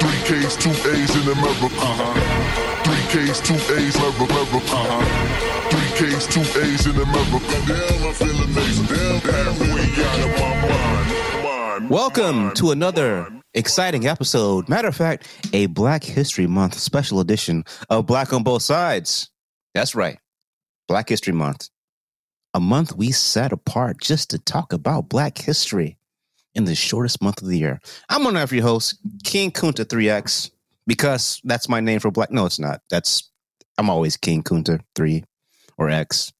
two A's in America. Uh-huh. Three K's, two A's, America. Uh-huh. Three K's, two A's in America. Damn, I feel amazing. Damn, halfway out of my mind. mind Welcome mind, to another mind. exciting episode. Matter of fact, a Black History Month special edition of Black on Both Sides. That's right, Black History Month. A month we set apart just to talk about Black history in the shortest month of the year. I'm one of your hosts, King Kunta 3X, because that's my name for Black. No, it's not. That's I'm always King Kunta 3 or X.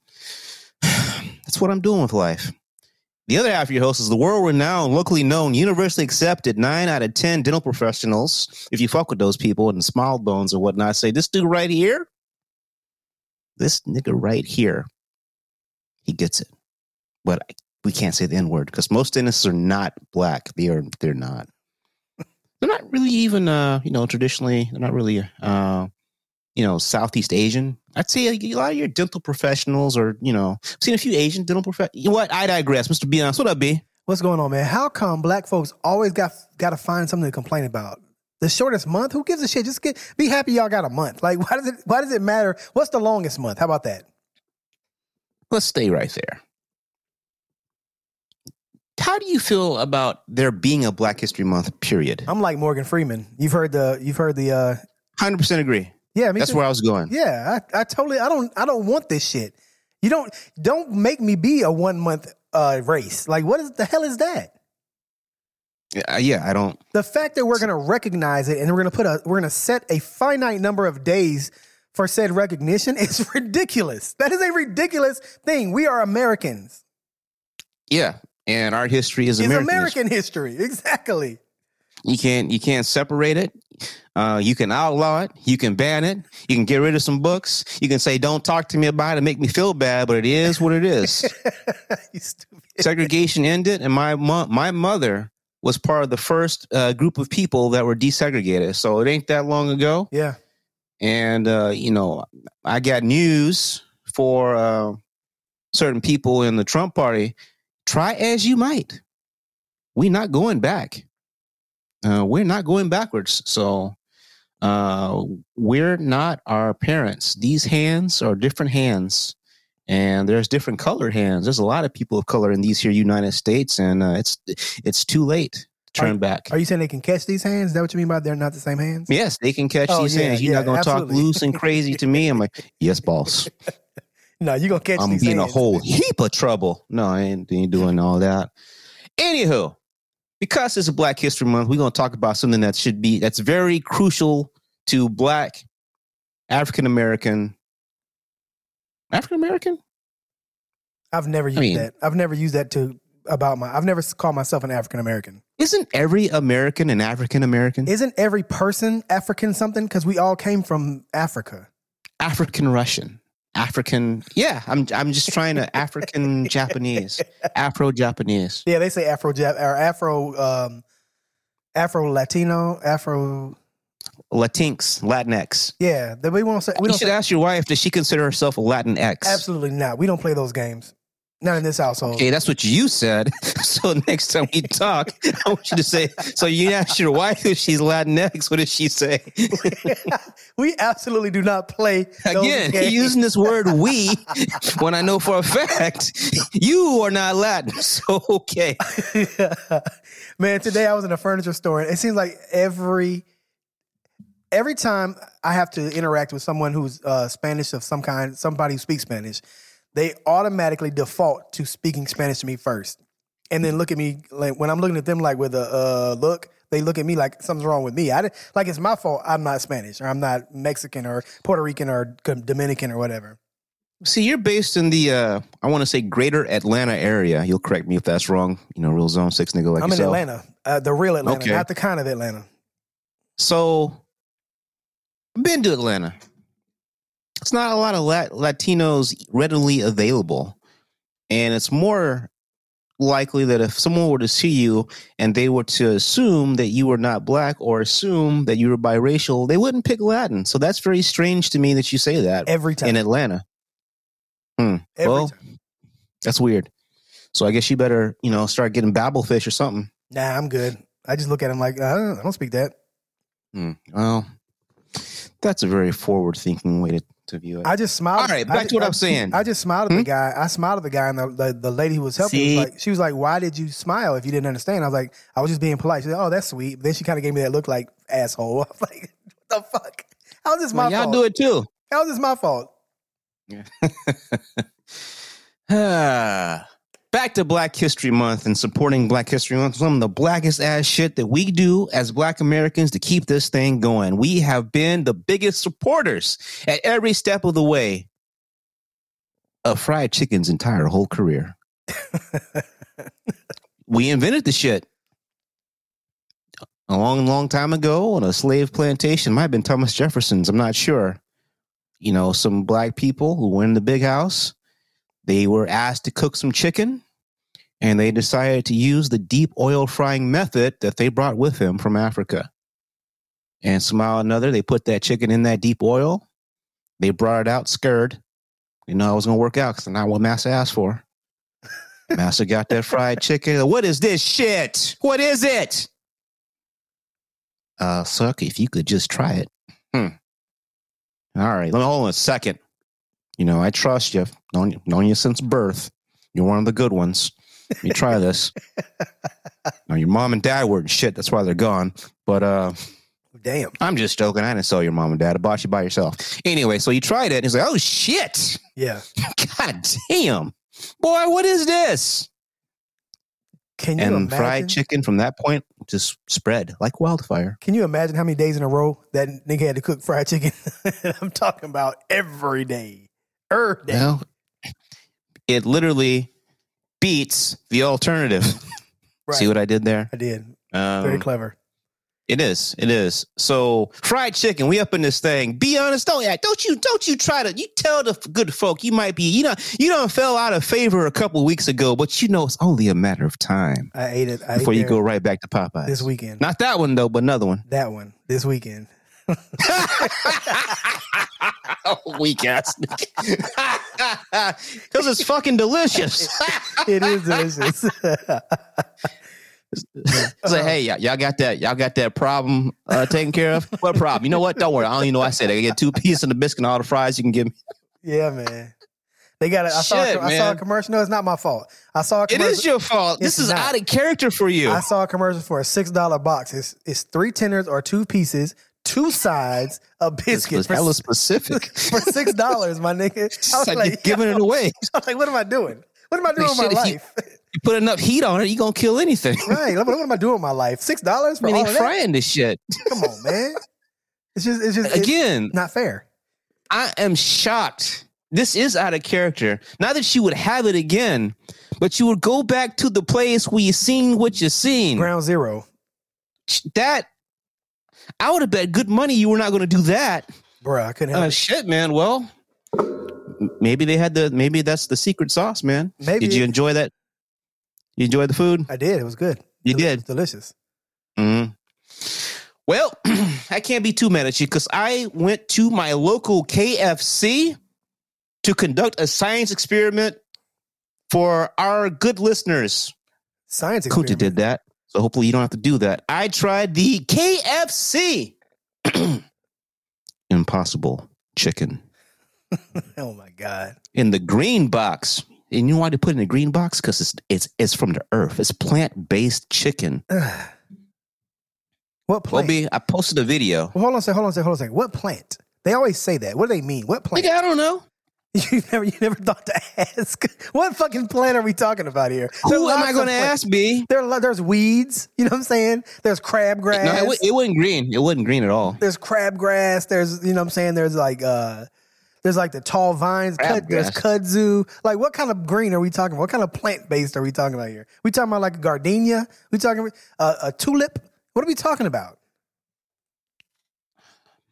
that's what I'm doing with life. The other half of your host is the world renowned, locally known, universally accepted, nine out of 10 dental professionals. If you fuck with those people and smile bones or whatnot, say, this dude right here, this nigga right here, he gets it. But I, we can't say the N word because most dentists are not black. They are, they're not. They're not really even, uh, you know, traditionally, they're not really, uh, you know, Southeast Asian. I'd say a lot of your dental professionals are, you know, I've seen a few Asian dental professionals. You know what? I digress. Mr. Beyonce, what up, B? What's going on, man? How come black folks always got got to find something to complain about? The shortest month? Who gives a shit? Just get be happy y'all got a month. Like why does it why does it matter? What's the longest month? How about that? Let's stay right there. How do you feel about there being a Black History Month, period? I'm like Morgan Freeman. You've heard the you've heard the uh 100% agree. yeah, me That's too. where I was going. Yeah, I, I totally I don't I don't want this shit. You don't don't make me be a one month uh race. Like what is the hell is that? Yeah, Uh, yeah I don't. the fact that we're going to recognize it and we're going to put a we're going to set a finite number of days for said recognition is ridiculous. That is a ridiculous thing. We are Americans. Yeah. And our history is It's American. American, history. Exactly. You can't you can't separate it. Uh, you can outlaw it. You can ban it. You can get rid of some books. You can say, "Don't talk to me about it. and Make me feel bad." But it is what it is. you stupid. Segregation ended, and my mo- my mother was part of the first uh, group of people that were desegregated. So it ain't that long ago. Yeah. and uh, you know i got news for uh, certain people in the trump party try as you might we're not going back uh, we're not going backwards so uh, we're not our parents these hands are different hands and there's different colored hands there's a lot of people of color in these here united states and uh, it's it's too late to turn back Are you saying they can catch these hands? Is that what you mean by they're not the same hands? Yes, they can catch Oh, these yeah, hands. You're yeah, not going to talk absolutely. loose and crazy to me. I'm like, yes, boss. No, you're going to catch I'm these being a hands. whole heap of trouble. No, I ain't, ain't doing all that. Anywho, because it's a Black History Month, we're going to talk about something that should be that's very crucial to Black African American. African American? I've never used mean- that. I've never used that to about my I've never s- called myself an African American. Isn't every American an African American? Isn't every person African something cuz we all came from Africa? African Russian, African. Yeah, I'm I'm just trying to African Japanese, Afro Japanese. Yeah, they say Afro Jap or Afro um Afro Latino, Afro Latinx, Latinx. yeah. That we won't say we you don't should say, ask your wife, does she consider herself a Latinx? absolutely not. We don't play those games. Not in this household. Okay, that's what you said. So next time we talk, I want you to say, so you ask your wife if she's Latinx, what does she say? we absolutely do not play those Again, games. using this word we when I know for a fact you are not Latin. So okay. Man, today I was in a furniture store and it seems like every every time I have to interact with someone who's uh, Spanish of some kind, somebody who speaks Spanish, they automatically default to speaking Spanish to me first. And then look at me like when I'm looking at them like with a uh, look, they look at me like something's wrong with me. I di- like it's my fault I'm not Spanish or I'm not Mexican or Puerto Rican or Dominican or whatever. See, you're based in the uh I want to say greater Atlanta area. You'll correct me if that's wrong. You know, real zone six nigga like I'm in yourself. Atlanta, uh, the real Atlanta, Okay. not the kind of Atlanta. So, I've been to Atlanta. It's not a lot of Lat- Latinos readily available. And it's more likely that if someone were to see you and they were to assume that you were not black or assume that you were biracial, they wouldn't pick Latin. So, that's very strange to me that you say that Every in time, Atlanta. every well, time. That's weird. So, I guess you better, you know, start getting babblefish or something. Nah, I'm good. I just look at him like uh, I don't speak that. Hmm. Well, that's a very forward-thinking way to, to view it. I just smiled. All right, back I, to what I- I'm saying. Hmm? I just smiled at the guy. I smiled at the guy, and the, the, the lady who was helping See? was like, she was like, "Why did you smile if you didn't understand?" I was like, "I was just being polite." She said, "Oh, that's sweet." But then she kind of gave me that look like asshole. I was like, "What the fuck? How is this my well, y'all fault? do it too. How is this my fault?" Ah. Back to Black History Month and supporting Black History Month. Some of the blackest ass shit that we do as Black Americans to keep this thing going. We have been the biggest supporters at every step of the way of fried chicken's entire whole career. we invented the shit a long, long time ago on a slave plantation. Might have been Thomas Jefferson's, I'm not sure. You know, some black people who were in the big house they were asked to cook some chicken and they decided to use the deep oil frying method that they brought with them from Africa. And somehow or another, they put that chicken in that deep oil. They brought it out scared. You know, I was going to work out because not what Master asked for. Master got that fried chicken. What is this shit? What is it? Uh, suck, if you could just try it. Hmm. All right, let me hold on a second. You know, I trust you. Known, known you since birth. You're one of the good ones. Let me try this. now, your mom and dad were in shit. That's why they're gone. But uh, Damn. I'm just joking. I didn't sell your mom and dad. I bought you by yourself. Anyway, so you tried it. And he's like, oh, shit. Yeah. God damn. Boy, what is this? Can you And imagine? fried chicken from that point just spread like wildfire. Can you imagine how many days in a row that nigga had to cook fried chicken? I'm talking about every day. Er day. Well, it literally beats the alternative. Right. See what I did there? I did. Very Um, clever. It is. It is. So fried chicken. We up in this thing. Be honest. Don't act. Don't you. Don't you try to. You tell the f- good folk you might be. You know. You don't fell out of favor a couple weeks ago, but you know it's only a matter of time I ate it. I before ate you there go right back to Popeyes. this weekend. Not that one though, but another one. that one. This weekend. Weak ass. Because it's fucking delicious. It is delicious. It's like, hey, y'all, y'all got that, y'all got that problem uh, taken care of. What problem? You know what? Don't worry. I don't even know. What I said I get two pieces and a biscuit and all the fries you can give me. yeah, man. They got it. I saw. Shit, A, I saw a man. commercial. No, it's not my fault. I saw a It commercial. is your fault. It's This is not. out of character for you. I saw a commercial for a six dollar box. It's it's three tenders or two pieces, two sides, a This biscuit was for, hella s- specific. for six dollars, my nigga. I It's was like, like, you're giving it away. I was like, what am I doing? What am I doing Like, with my shit, if life? You put enough heat on it, you're gonna kill anything. right. What, what am I doing with my life? Six dollars I for mean, all they of that? frying this shit Come on, man. It's just it's just it's again. not fair. I am shocked. This is out of character. Not that you would have it again, but you would go back to the place where you seen what you seen. Ground zero. That I would have bet good money you were not gonna do that. Bruh, I couldn't help Uh, it. shit, man. Well, m- maybe they had the maybe that's the secret sauce, man. Maybe Did you enjoy that? You enjoyed the food? I did. It was good. You It was did. delicious. Mm-hmm. Well, I can't be too mad at you because I went to my local KFC to conduct a science experiment for our good listeners. Science Kuta experiment. did that, so hopefully you don't have to do that. I tried the KFC Impossible Chicken Oh my god. in the green box. And you know why they put it in the green box? Because it's, it's it's from the earth. It's plant based chicken. what plant? Obi, I posted a video. well, hold on a second. Hold on a second. Hold on a second. What plant? They always say that. What do they mean? What plant? Nigga, I don't know. You never, you never thought to ask. What fucking plant are we talking about here? There Who are am lots I of going to plants. ask, B? There, are lo- there's weeds. You know what I'm saying? There's crabgrass. No, it, wa- it wasn't green. It wasn't green at all. there's crabgrass. There's you know what I'm saying. There's like uh, there's like the tall vines. Cut, there's kudzu. Like what kind of green are we talking? about? What kind of plant based are we talking about here? We talking about like a gardenia? We talking about uh, a tulip? What are we talking about?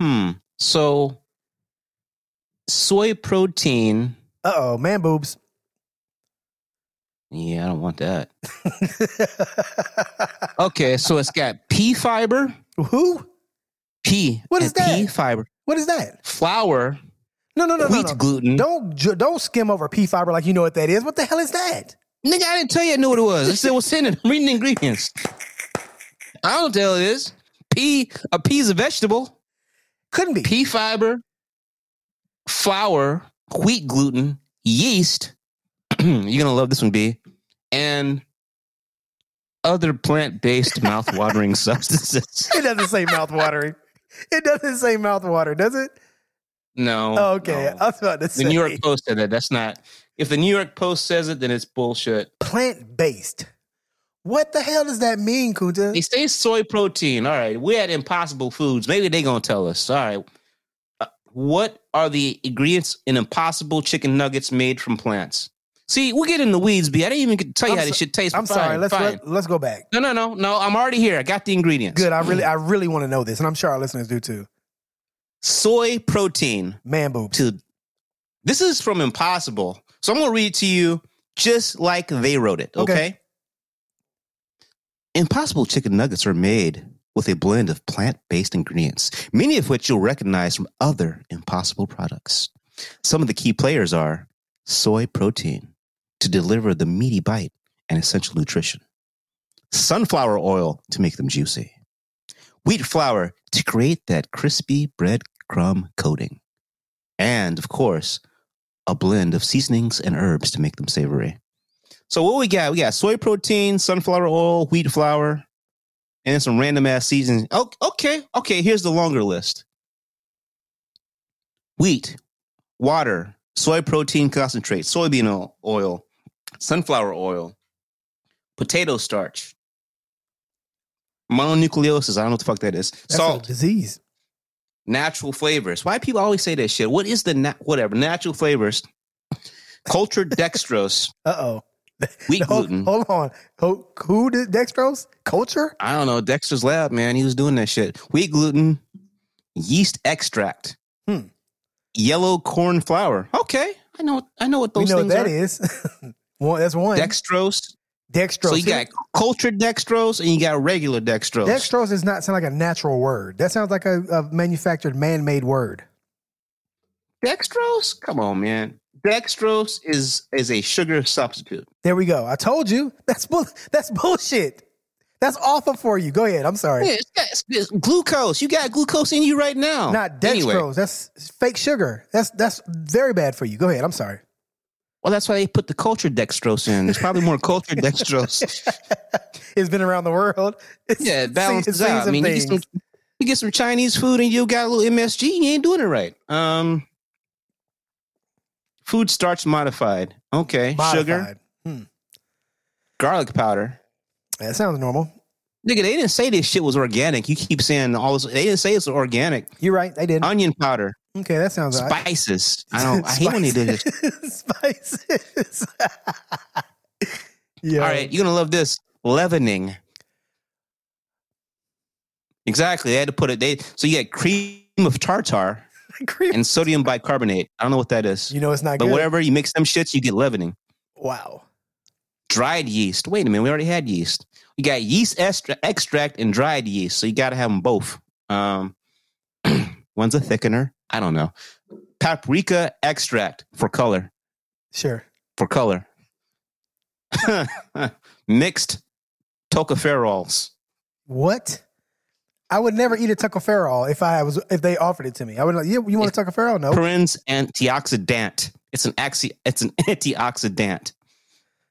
Hmm. So, soy protein. Uh oh, man boobs. Yeah, I don't want that. Okay, so it's got pea fiber. Who? Pea. What is uh, Pea that? fiber. What is that? Flour. No, no, no, no, wheat no. gluten. Don't ju- don't skim over pea fiber like you know what that is. What the hell is that? Nigga, I didn't tell you I knew what it was. I said what's in it. I'm reading the ingredients. I don't tell it is. pea, a pea's a vegetable. Couldn't be. Pea fiber, flour, wheat gluten, yeast. You're gonna love this one, B. And other plant-based mouth-watering substances. It doesn't say mouthwatering. It doesn't say mouthwater, does it? No. Oh, okay. no. I was about to say The New York Post said that. That's not. If the New York Post says it, then it's bullshit. plant based. What the hell does that mean, Kunta? They say soy protein. All right, we had Impossible Foods. Maybe they gonna tell us. All right, Uh, what are the ingredients in Impossible chicken nuggets made from plants? See, we get in the weeds, B. I didn't even get to tell you I'm how so- this shit tastes. I'm Fine, sorry. Let's fine. let, let's go back. no, no, no, no. I'm already here. I got the ingredients. Good. I really I really want to know this, and I'm sure our listeners do too. Soy protein. Man boobs. to this is from impossible so i'm going to read it to you just like they wrote it okay? Okay. impossible chicken nuggets are made with a blend of plant-based ingredients many of which you'll recognize from other impossible products some of the key players are soy protein to deliver the meaty bite and essential nutrition sunflower oil to make them juicy wheat flour to create that crispy breadcrumb coating and of course, a blend of seasonings and herbs to make them savory. So what we got? We got soy protein, sunflower oil, wheat flour, and then some random ass seasonings. Oh, okay, okay. Here's the longer list: wheat, water, soy protein concentrate, soybean o- oil, sunflower oil, potato starch, mononucleosis. I don't know what the fuck that is. That's salt, a disease. natural flavors. Why people always say that shit? What is the na- whatever natural flavors? Cultured dextrose, Uh oh. wheat Hold, gluten. hold on. Who, who did dextrose? Culture? I don't know. Dexter's lab, man. He was doing that shit. Wheat gluten, yeast extract, Hmm. yellow corn flour. Okay, I know. I know what those we know what things that are. is. one, that's one. Dextrose. dextrose. So you got cultured dextrose and you got regular dextrose. dextrose does not sound like a natural word. That sounds like a, a manufactured man-made word. dextrose? Come on, man. Dextrose is is a sugar substitute. There we go. I told you. That's bull, that's bullshit. That's awful for you. Go ahead. I'm sorry. Yeah, it's got it's- it's glucose. You got glucose in you right now. Not dextrose. Oh, Anyway. That's fake sugar. That's that's very bad for you. Go ahead. I'm sorry. Well, that's why they put the culture dextrose in. There's probably more culture dextrose. It's been around the world. It's, yeah, it it's balances seen- it's seen out. I some mean, you get, some, things. you get some Chinese food and you got a little MSG. You ain't doing it right. Um, food starch modified. Okay, sugar, Modified. garlic powder. That sounds normal. Nigga, they didn't say this shit was organic. You keep saying all this. They didn't say it's organic. You're right. They did. not Onion powder, okay, that sounds right. spices. I don't. I hate when they do this. Spices. yeah. All right, you're gonna love this leavening. Exactly. They had to put it. They so you got cream of tartar Cream. and sodium bicarbonate. I don't know what that is, you know it's not but good. whatever you mix them shits, you get leavening. Wow. Dried yeast. Wait a minute, we already had yeast. You got yeast extra, extract and dried yeast, so you got to have them both. Um, one's a thickener. I don't know. Paprika extract for color. Sure. For color. Mixed tocopherols. What? I would never eat a Taco Farrell if I was if they offered it to me. I would like, yeah, you want a Taco Farrell? No. Perin's antioxidant. It's an axi- It's an antioxidant.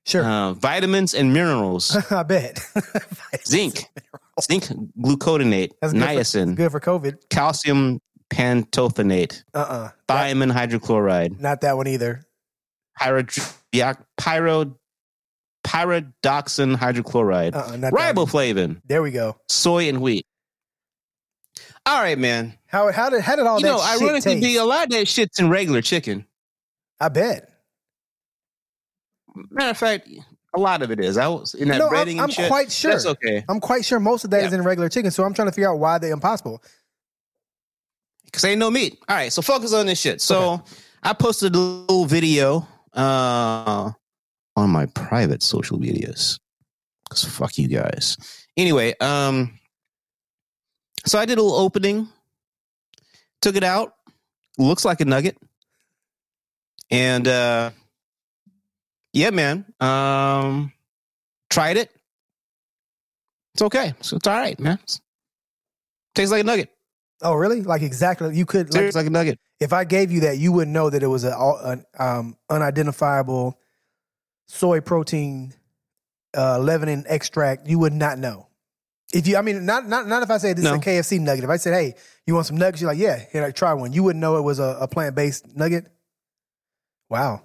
Sure. Uh, vitamins and minerals. I bet. Uh-huh. Zinc. Zinc glucotinate, That's good for- niacin, Good for COVID. calcium pantothenate, Uh uh thiamine hydrochloride, Not that one either. pyrodioc- pyro- pyridoxin hydrochloride, Uh uh Not that one. riboflavin, There we go. soy and wheat. All right, man. How how did how did all you that know, shit ironically, taste? B, a lot of that shit's in regular chicken. I bet. Matter of fact, a lot of it is. I was in that No, breading I'm, I'm and shit. quite sure. That's okay. I'm quite sure most of that is Yeah. in regular chicken. So I'm trying to figure out why they're impossible. Cause ain't no meat. All right, so focus on this shit. So I posted a little video uh on my private social medias. Cause fuck you guys. Anyway, um so I did a little opening, took it out, looks like a nugget. And uh yeah, man. Um tried it. It's okay. So it's all right, man. Tastes like a nugget. Oh, really? Like exactly. You could. Like, Tastes like a nugget. if I gave you that, you would know that it was a, all- an um, unidentifiable soy protein uh, leavening extract. You would not know. If you, I mean, not not not if I said this No. is a KFC nugget. If I said, "Hey, you want some nuggets?" You're like, "Yeah, here, like, try one." You wouldn't know it was a, a plant based nugget. Wow,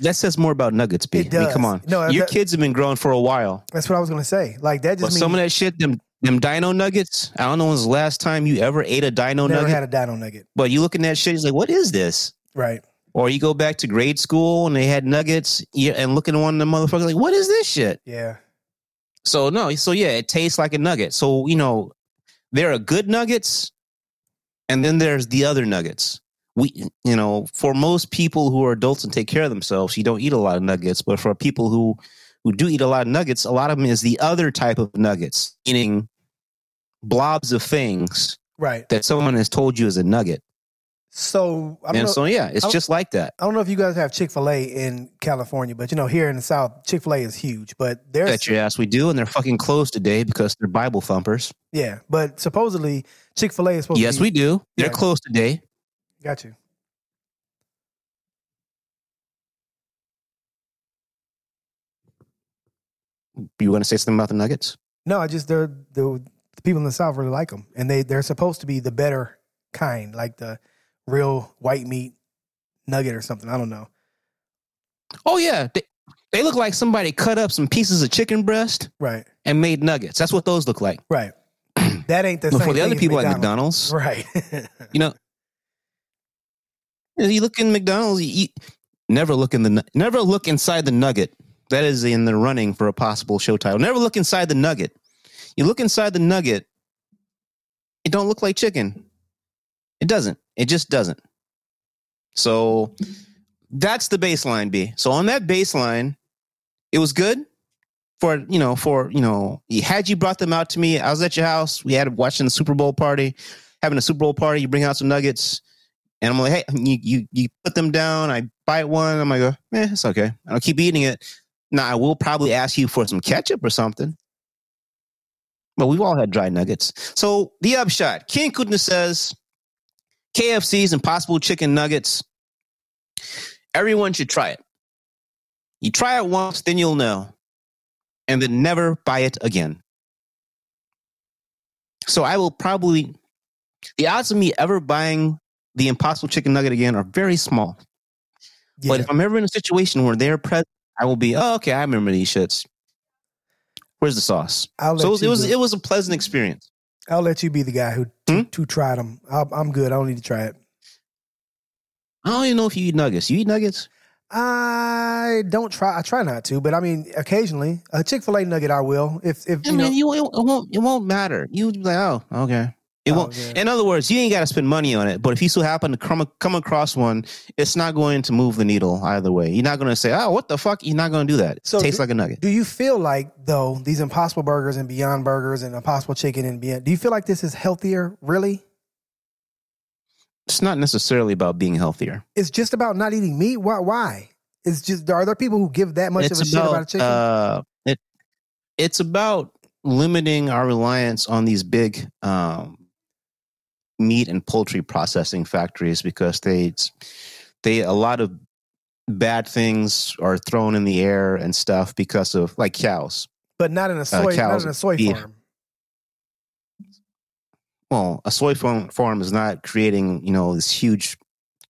That says more about nuggets, B. It I mean, does. come on. No, Your that- kids have been growing for a while. that's what I was gonna say. Like that But just some of that means shit, them them dino nuggets. I don't know when's the last time you ever ate a dino never nugget. had a dino nugget, but you look at that shit, it's like, what is this? right? Or you go back to grade school and they had nuggets yeah, and looking at one of the motherfuckers like, what is this shit? Yeah, So no, so yeah, it tastes like a nugget. So you know, there are good nuggets, and then there's the other nuggets. We, you know, for most people who are adults and take care of themselves, you don't eat a lot of nuggets. But for people who who do eat a lot of nuggets, a lot of them is the other type of nuggets, meaning blobs of things right. that someone has told you is a nugget. So I don't And know. so yeah, it's I don't- just like that. I don't know if you guys have Chick Fil A in California, but you know here in the South, Chick Fil A is huge. But there's Bet your ass we do, and they're fucking closed today because they're Bible thumpers. Yeah, but supposedly Chick Fil A is supposed Yes, to. we be, do. They're Yeah. closed today. we got you. You want to say something about the nuggets? No, I just they're the, the people in the South really like them, and they they're supposed to be the better kind, like the real white meat nugget or something. I don't know. Oh yeah, they, they look like somebody cut up some pieces of chicken breast Right, and made nuggets. That's what those look like. right. That ain't the But same. for the other thing as people at McDonald's. McDonald's, right? you know, you look in McDonald's, you eat, never look in the nu- never look inside the nugget. That is in the running for a possible show title. Never look inside the nugget. You look inside the nugget, it don't look like chicken. It doesn't. It just doesn't. So that's the baseline B. So on that baseline, it was good for you know for you know had you brought them out to me, I was at your house. We had watching the Super Bowl party, having a Super Bowl party. You bring out some nuggets, and I'm like, hey, you you you put them down. I bite one. I'm like, eh, it's okay. I'll keep eating it. Now I will probably ask you for some ketchup or something. But we've all had dry nuggets. So the upshot, King Kudna says, KFC's Impossible Chicken Nuggets. Everyone should try it. You try it once, then you'll know, and then never buy it again. So I will probably, the odds of me ever buying the Impossible Chicken Nugget again are very small. yeah. But if I'm ever in a situation where they're present, I will be, oh, okay, I remember these shits. Where's the sauce? I'll let So it was, you it was be, it was a pleasant experience. I'll let you be the guy who Hmm? who tried them. I'll, I'm good. I don't need to try it. I don't even know if you eat nuggets. You eat nuggets? I don't try. I try not to, but I mean, occasionally a Chick Fil A nugget, I will. If if I you know, mean, you, it won't it won't matter. You be like, oh, okay. It Oh, won't. yeah. In other words, you ain't got to spend money on it. But if you still happen to come come across one, it's not going to move the needle either way. You're not going to say, oh, what the fuck? You're not going to do that. It So tastes do- like a nugget. Do you feel like though these Impossible Burgers and Beyond Burgers and Impossible Chicken and Beyond? Do you feel like this is healthier? Really, It's not necessarily about being healthier. it's just about not eating meat. Why? Why? It's just are there people who give that much of a it's shit about a about chicken? uh, it. It's about limiting our reliance on these big um, meat and poultry processing factories because they they a lot of bad things are thrown in the air and stuff because of like cows. but not in a soy. not uh, cows in a soy beef. farm. Well, a soy farm, farm is not creating you know this huge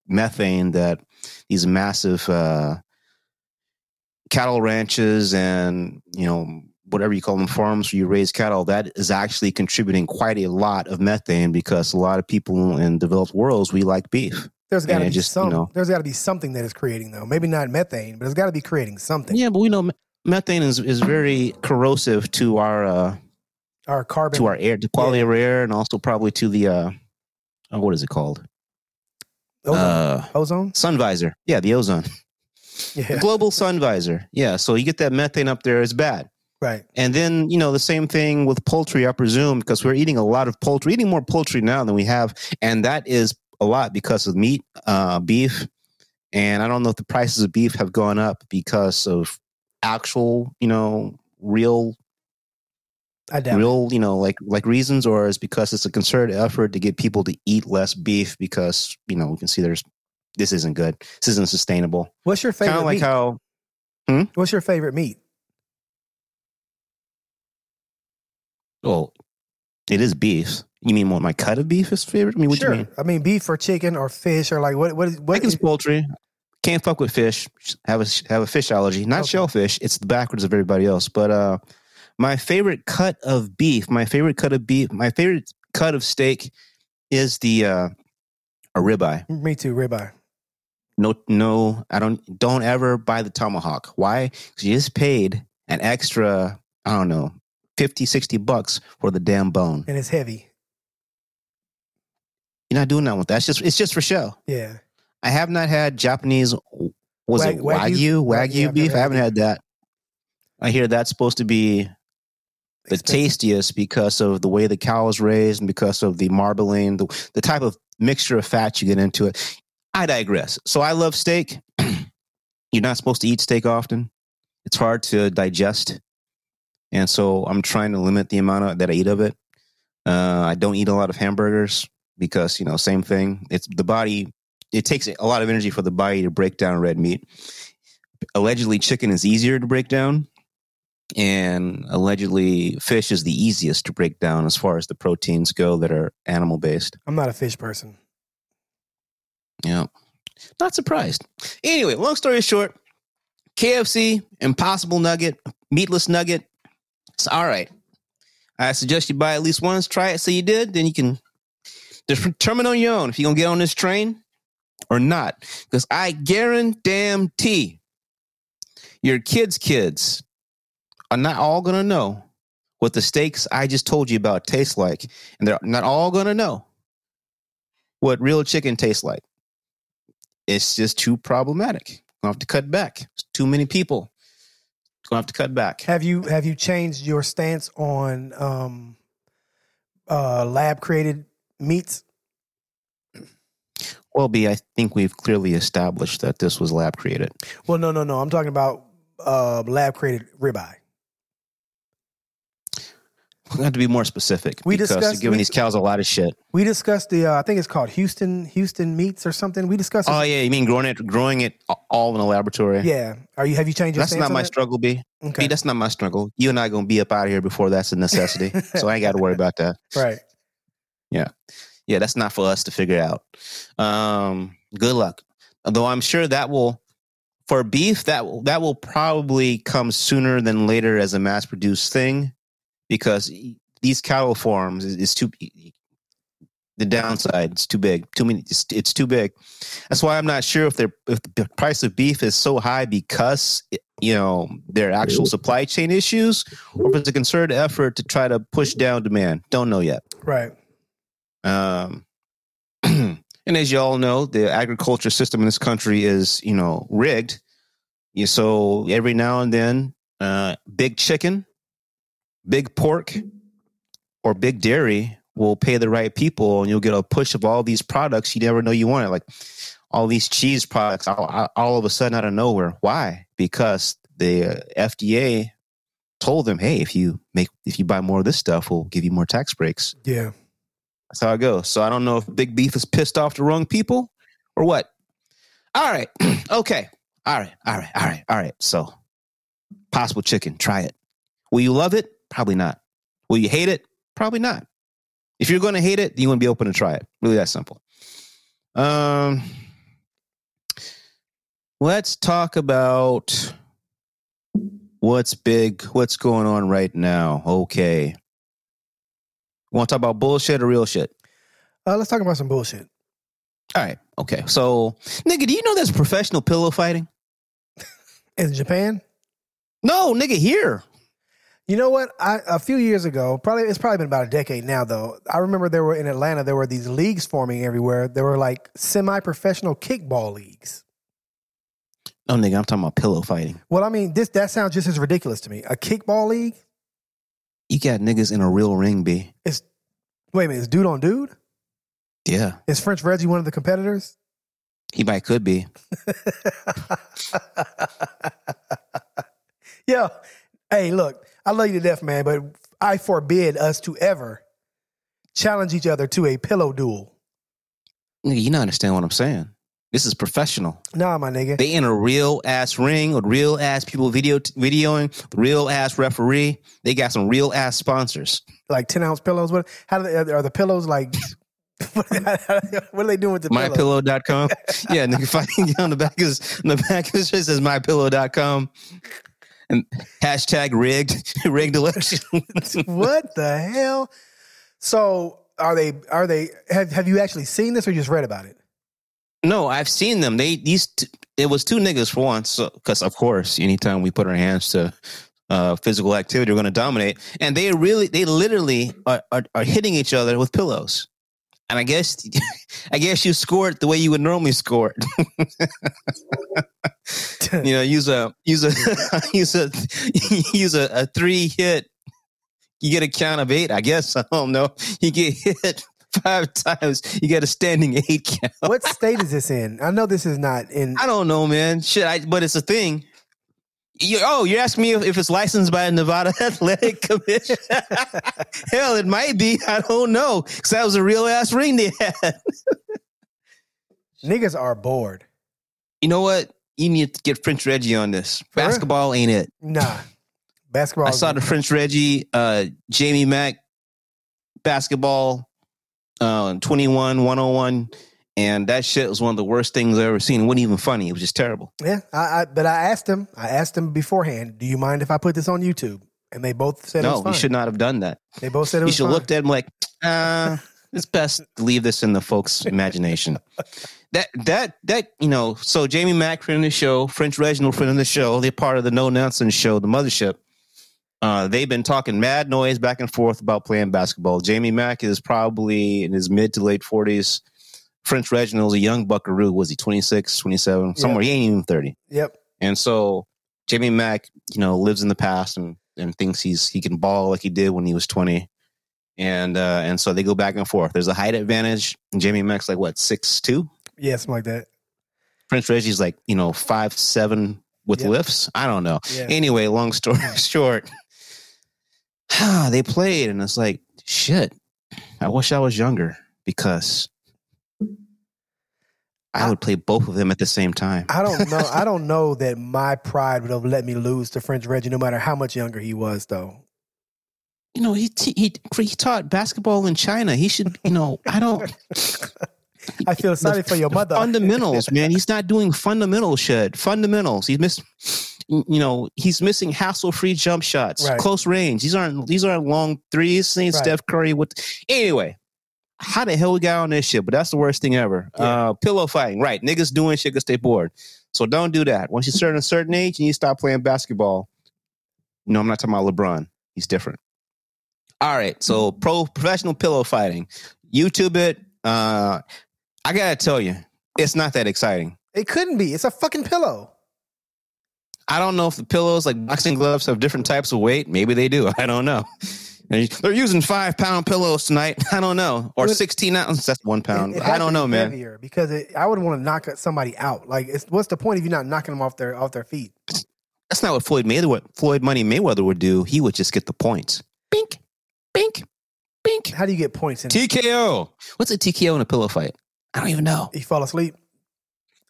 methane that these massive uh, cattle ranches and you know whatever you call them farms where you raise cattle that is actually contributing quite a lot of methane because a lot of people in developed worlds we like beef. There's got to Yeah, be just, you some. know. There's got to be something that is creating though. Maybe not methane, but it's got to be creating something. Yeah, but we know me- methane is, is very corrosive to our uh, Or carbon. to our air, to quality Yeah. of our air, and also probably to the uh, oh, what is it called? ozone. Uh, ozone? sun visor. Yeah, the ozone, the Yeah. global sun visor. Yeah, so you get that methane up there, it's bad. Right. And then, you know, the same thing with poultry, I presume, because we're eating a lot of poultry, eating more poultry now than we have. And that is a lot because of meat, uh, beef. And I don't know if the prices of beef have gone up because of actual, you know, real I doubt. it. real, you know, like like reasons, or is because it's a concerted effort to get people to eat less beef because you know we can see there's this isn't good, this isn't sustainable. What's your Kind favorite of like meat? how What's your favorite meat? well, it is beef. You mean what my cut of beef is favorite? I mean, what do sure. you mean? I mean, beef or chicken or fish or like what? What is? What Bacon's is- poultry. Can't fuck with fish. Have a have a fish allergy. Not Okay. shellfish. It's the backwards of everybody else. But uh, my favorite cut of beef. My favorite cut of beef. My favorite cut of steak is the uh, a ribeye. me too, ribeye. No, no, I don't. Don't ever buy the tomahawk. Why? 'Cause you just paid an extra. I don't know. 50, 60 bucks for the damn bone. And it's heavy. You're not doing that with that. It's just, it's just for show. Yeah. I have not had Japanese. Was it Wa- wagyu? wagyu? Wagyu, Yeah, I've never beef. I had haven't had that. I hear that's supposed to be the Expensive. tastiest because of the way the cow is raised and because of the marbling, the the type of mixture of fat you get into it. I digress. So I love steak. You're not supposed to eat steak often. It's hard to digest, and so I'm trying to limit the amount of, that I eat of it. Uh, I don't eat a lot of hamburgers because you know same thing. It's the body it takes a lot of energy for the body to break down red meat. Allegedly, chicken is easier to break down, and allegedly, fish is the easiest to break down as far as the proteins go that are animal based. I'm not a fish person. Yeah, not surprised. Anyway, long story short, KFC Impossible Nugget, meatless nugget. It's all right. I suggest you buy at least once, try it. So you did, then you can determine on your own if you're gonna get on this train or not. Because I guarantee your kids' kids are not all gonna know what the steaks I just told you about taste like, and they're not all gonna know what real chicken tastes like. It's just too problematic. Gonna have to cut back. It's too many people. Gonna have to cut back. Have you have you changed your stance on um, uh, lab created meats? Well, B, I think we've clearly established that this was lab created. Well, no, no, no. I'm talking about uh, lab created ribeye. We have to be more specific We because discussed- they're giving we- these cows a lot of shit. We discussed the uh, I think it's called Houston Houston meats or something. We discussed. Oh it. yeah, you mean growing it, growing it all in a laboratory? yeah. Are you have you changed your that's stance? not on my that? struggle, B. B, Okay. that's not my struggle. You and I gonna be up out of here before that's a necessity, so I ain't got to worry about that. Right. yeah, that's not for us to figure out. Um, good luck. Though I'm sure that will for beef that will that will probably come sooner than later as a mass produced thing because e, these cattle farms is, is too e, the downside is too big too many it's, it's too big that's why i'm not sure if they're if the price of beef is so high because you know their actual supply chain issues or if it's a concerted effort to try to push down demand don't know yet Right. um, and as you all know, the agriculture system in this country is, you know, rigged. You, so every now and then, uh, big chicken, big pork, or big dairy will pay the right people, and you'll get a push of all these products you never know you wanted, like all these cheese products. All, all- all of a sudden, out of nowhere, why? Because the uh, FDA told them, "Hey, if you make if you buy more of this stuff, we'll give you more tax breaks." Yeah. That's how it goes. So I don't know if Big Beef is pissed off the wrong people or what. All right. okay. All right. All right. All right. All right. So possible chicken, try it. Will you love it? Probably not. Will you hate it? Probably not. If you're going to hate it, then you wouldn't be open to try it. Really that simple. Um let's talk about what's big, what's going on right now. Okay. Want to talk about bullshit or real shit? Uh, let's talk about some bullshit. All right. Okay. So, nigga, do you know there's professional pillow fighting? In Japan, No, nigga, here. You know what? I, a few years ago, probably it's probably been about a decade now, though. I remember there were in Atlanta there were these leagues forming everywhere. There were like semi-professional kickball leagues. No, nigga, I'm talking about pillow fighting. Well, I mean, this that sounds just as ridiculous to me. A kickball league? You got niggas in a real ring, B. Wait a minute, is dude on dude? Yeah. Is French Reggie one of the competitors? He might could be. yeah, Hey, look, I love you to death, man, but I forbid us to ever challenge each other to a pillow duel. Nigga, you not understand what I'm saying. This is professional. Nah, my nigga. They in a real ass ring with real ass people video videoing, real ass referee. They got some real ass sponsors. like ten ounce pillows. What? How do they? Are, are the pillows like? what are they doing with the pillows? MyPillow.com. yeah, nigga fighting on the back is on the back of his shirt says mypillow.com. And hashtag rigged rigged election. what the hell? So are they? Are they? Have Have you actually seen this or just read about it? no, I've seen them. They these t- it was two niggas for once. Because of course, anytime we put our hands to uh, physical activity, we're going to dominate. And they really, they literally are, are, are hitting each other with pillows. And I guess, I guess you scored the way you would normally score. you know, use a use a use a use a, a three hit. You get a count of eight, I guess. I don't know. You get hit five times. You get a standing eight count. what state is this in? I know this is not in. I don't know, man. Shit, I, but it's a thing. You, oh, you're asking me if, if it's licensed by the Nevada Athletic Commission? Hell, it might be. I don't know. Because that was a real ass ring they had. Niggas are bored. You know what? You need to get French Reggie on this. real? Basketball ain't it. Nah, basketball. I saw the French Reggie, uh, Jamie Mack basketball, uh, 21, 101. And that shit was one of the worst things I've ever seen. It wasn't even funny. It was just terrible. Yeah, I, I, but I asked them. I asked them beforehand. Do you mind if I put this on YouTube? And they both said it no, was fine. we should not have done that. They both said it you was should fine. look at him like, uh, it's best to leave this in the folks' imagination. That that that you know, so Jamie Mack friend of the show, French Reginald friend of the show, they're part of the No Nonsense show, the mothership. Uh, they've been talking mad noise back and forth about playing basketball. Jamie Mack is probably in his mid to late forties. French Reginald's a young buckaroo. Was he 26, 27, somewhere? He ain't even 30. Yep. And so Jamie Mack, you know, lives in the past and, and thinks he's he can ball like he did when he was 20. And uh, and so they go back and forth. There's a height advantage. And Jamie Mack's like what, six two? Yeah, something like that. Prince Reggie's like, you know, five seven with Yeah. lifts. I don't know. Yeah. Anyway, long story short. they played and it's like, shit, I wish I was younger because I would play both of them at the same time. I don't know. I don't know that my pride would have let me lose to French Reggie, no matter how much younger he was, though. you know, he t- he he taught basketball in China. He should, you know, I don't I feel sorry for your mother. fundamentals, man. He's not doing fundamental shit. Fundamentals. He's miss, you know, he's missing hassle-free jump shots, Right. close range. These aren't these aren't long threes. Ain't Right. Steph Curry with anyway. How the hell we got on this shit? But that's the worst thing ever. Uh, pillow fighting, right? Niggas doing shit because they bored. So don't do that. Once you turn a certain age and you stop playing basketball, no, I'm not talking about LeBron. He's different. All right. So Mm-hmm. pro professional pillow fighting. YouTube it. Uh I gotta tell you, it's not that exciting. It couldn't be. It's a fucking pillow. I don't know if the pillows like boxing gloves have different types of weight. Maybe they do. I don't know. They're using five pound pillows tonight. I don't know. Or But- sixteen ounces. That's one pound. It- it has I to don't be know, man. heavier Because it, I would want to knock somebody out. Like, it's, what's the point if you're not knocking them off their off their feet? That's not what Floyd Mayweather Floyd Money Mayweather would do. He would just get the points. Bink, bink, bink. How do you get points? In, TKO. What's a TKO in a pillow fight? I don't even know. you fall asleep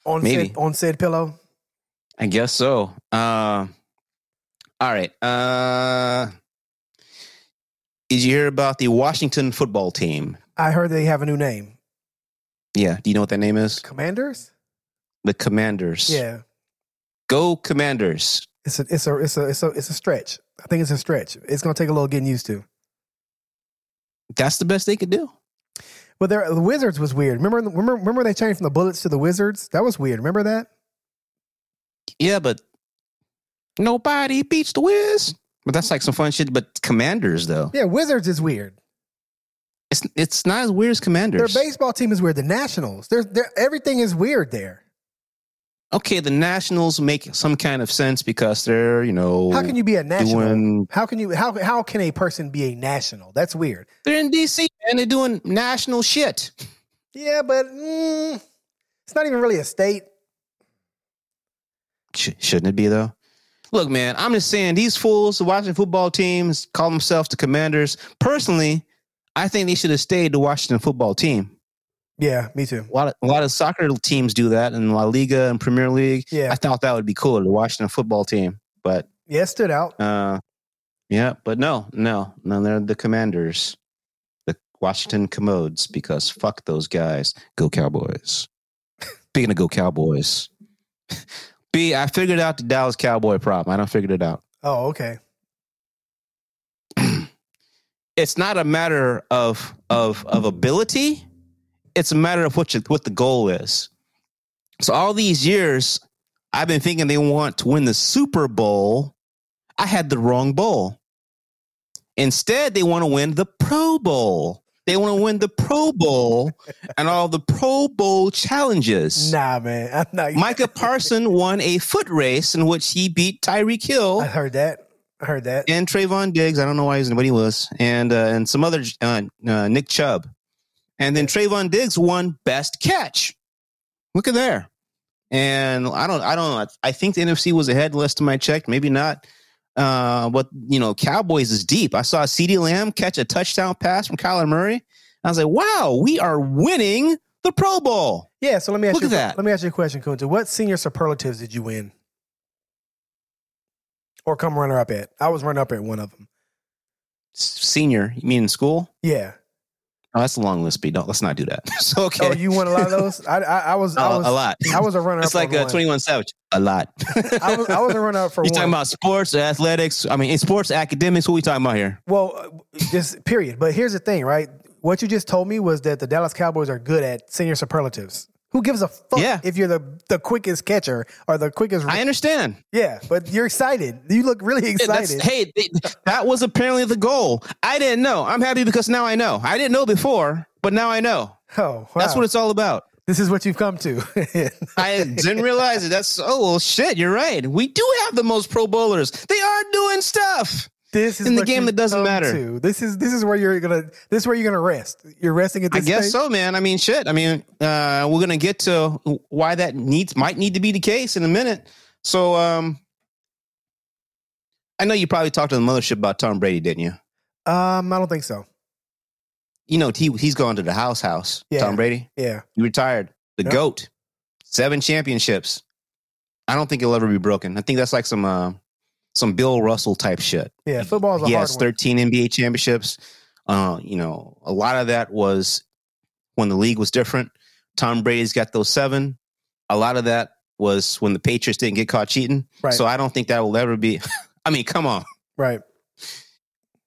on Maybe. said, on said pillow. I guess so. Uh, all right. Uh, did you hear about the Washington football team? I heard they have a new name, Yeah. Do you know what that name is? Commanders. The Commanders. Yeah, Go Commanders. it's a it's a it's a it's a it's a stretch. I think it's a stretch. It's gonna take a little getting used to. That's the best they could do. But there, the Wizards was weird. Remember, remember, remember they changed from the Bullets to the Wizards. That was weird. Remember that? Yeah, but nobody beats the Wiz. But that's like some fun shit. But Commanders though, Yeah, Wizards is weird. it's it's not as weird as Commanders. Their baseball team is weird. The Nationals. They're, they're, everything is weird there. okay, the Nationals make some kind of sense because they're you know How can you be a national? doing How can you how how can a person be a national? That's weird. they're in DC and they're doing national shit. Yeah, but mm, it's not even really a state. Sh- shouldn't it be though? Look, man, I'm just saying these fools watching football teams call themselves the commanders. Personally, I think they should have stayed the Washington football team. Yeah, me too. A lot, of, a lot of soccer teams do that in La Liga and Premier League. Yeah. I thought that would be cool, the Washington football team. But Yeah, it stood out. uh, yeah, but no, no, no, they're the commanders, the Washington commodes, because fuck those guys. Go Cowboys. Speaking of go Cowboys, B, I figured out the Dallas Cowboy problem. I don't figured it out. Oh, okay. It's not a matter of of of ability. It's a matter of what you, what the goal is. So all these years, I've been thinking they want to win the Super Bowl. I had the wrong bowl. Instead, they want to win the Pro Bowl. They want to win the Pro Bowl and all the Pro Bowl challenges. Nah, man. I'm not. Micah Parson won a foot race in which he beat Tyreek Hill I heard that. I heard that. and Trayvon Diggs. I don't know why he's but he was, and uh, and some other uh, uh, Nick Chubb, and then Trayvon Diggs won best catch. Look at there, and I don't, I don't, I think the NFC was ahead last time I checked, maybe not. Uh, but you know, Cowboys is deep. I saw Ceedee Lamb catch a touchdown pass from Kyler Murray. I was like, wow, we are winning the Pro Bowl. Yeah. So let me ask Look you. at that. Let me ask you a question, Kunta. What senior superlatives did you win, or come runner up at? I was runner up at one of them. S- Senior, you mean in school? Yeah. Oh, that's a long list, B. Don't let's not do that. so okay, Oh, you won a lot of those. I I, I was I Uh, was a lot. I was a runner up. It's like on uh, one. 21 Savage. A lot. I was, I was a runner up for you one. talking about sports, athletics? I mean, in sports, academics, what we talking about here? Well, uh, just period. But here's the thing, right? What you just told me was that the Dallas Cowboys are good at senior superlatives. Who gives a fuck Yeah. if you're the, the quickest catcher or the quickest? I understand. yeah, but you're excited. You look really That's, excited. hey, they- that was apparently the goal. I didn't know. I'm happy because now I know. I didn't know before, but now I know. oh, wow. That's what it's all about. this is what you've come to. I didn't realize it. That's oh well, shit. You're right. We do have the most Pro Bowlers. They are doing stuff. this is In the what game you've that doesn't come matter. to. This is this is where you're gonna. This is where you're gonna rest. You're resting at I this. guess stage? so, man. I mean, shit. I mean, uh, we're gonna get to why that needs might need to be the case in a minute. So, um, I know you probably talked to the mothership about Tom Brady, didn't you? Um, I don't think so. You know, he he's gone to the house house. Yeah. Tom Brady, Yeah. he retired, the Yep. goat, seven championships. I don't think he'll ever be broken. I think that's like some uh, some Bill Russell type shit. Yeah. Football is a he hard has one. 13 NBA championships. Uh, you know, a lot of that was when the league was different. Tom Brady's got those seven. A lot of that was when the Patriots didn't get caught cheating. Right. So I don't think that will ever be. I mean, come on. Right.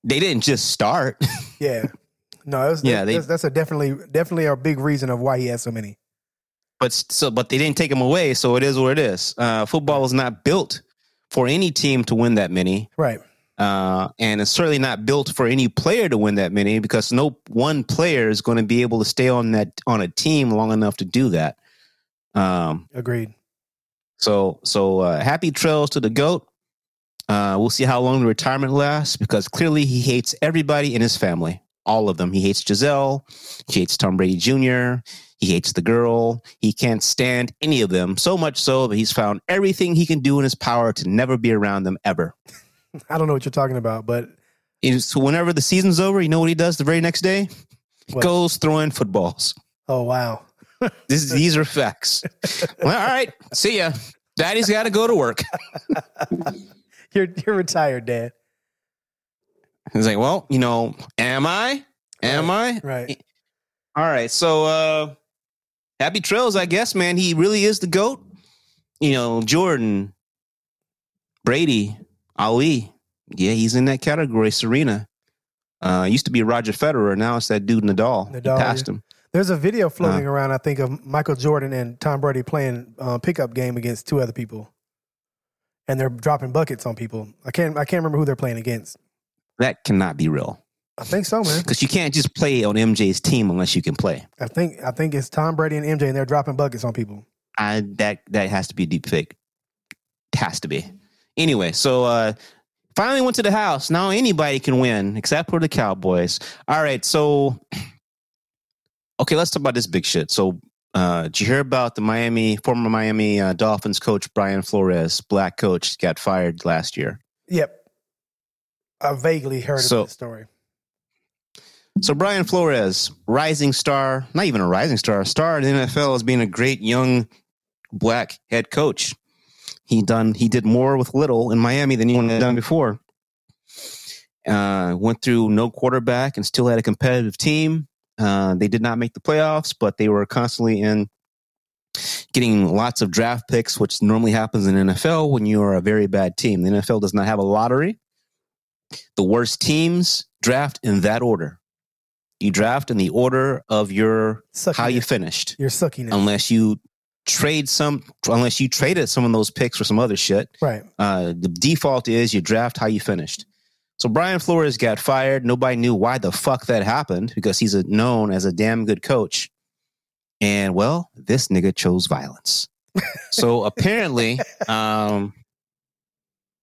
They didn't just start. Yeah. No. That's, Yeah, yeah. they- that's, that's a definitely definitely a big reason of why he has so many. but s- so but they didn't take him away. So it is what it is. Uh, football was not built for any team to win that many. Right. Uh, and it's certainly not built for any player to win that many because no one player is going to be able to stay on that on a team long enough to do that. Um, Agreed. so so uh, happy trails to the goat. Uh, we'll see how long the retirement lasts because clearly he hates everybody in his family, all of them. He hates Giselle, he hates Tom Brady Jr., he hates the girl. He can't stand any of them so much so that he's found everything he can do in his power to never be around them ever. I don't know what you're talking about, but is so whenever the season's over, you know what he does the very next day? He What? Goes throwing footballs. oh wow. This, these are facts. well, all right. See ya. Daddy's got to go to work. You're you're retired, Dad. He's like, well, you know, am I? Am I? Right. All right. So, uh, happy trails, I guess, man. He really is the GOAT. You know, Jordan, Brady, Ali. Yeah, he's in that category. Serena. Uh, used to be Roger Federer. Now it's that dude Nadal. He Nadal, passed yeah. him. There's a video uh-huh. floating around, I think, of Michael Jordan and Tom Brady playing uh, pickup game against two other people, and they're dropping buckets on people. I can't I can't remember who they're playing against. That cannot be real. I think so, man. Because you can't just play on MJ's team unless you can play. I think I think it's Tom Brady and MJ, and they're dropping buckets on people. I that that has to be deep fake. It has to be. Anyway, so uh finally went to the house. Now anybody can win except for the Cowboys. All right, so okay, let's talk about this big shit. So Uh, did you hear about the Miami former Miami uh, Dolphins coach Brian Flores, black coach, got fired last year? Yep. I vaguely heard So- of this story. So Brian Flores, rising star, not even a rising star, a star in the NFL as being a great young black head coach. He done he did more with little in Miami than anyone had done before. Uh, went through no quarterback and still had a competitive team. Uh, they did not make the playoffs, but they were constantly in getting lots of draft picks, which normally happens in NFL when you are a very bad team. The NFL does not have a lottery. The worst teams draft in that order. You draft in the order of your Sucking how you it. finished You're sucking it. unless you trade some unless you traded some of those picks for some other shit right. uh, the default is you draft how you finished so brian flores got fired nobody knew why the fuck that happened because he's a, known as a damn good coach and well this nigga chose violence so apparently um,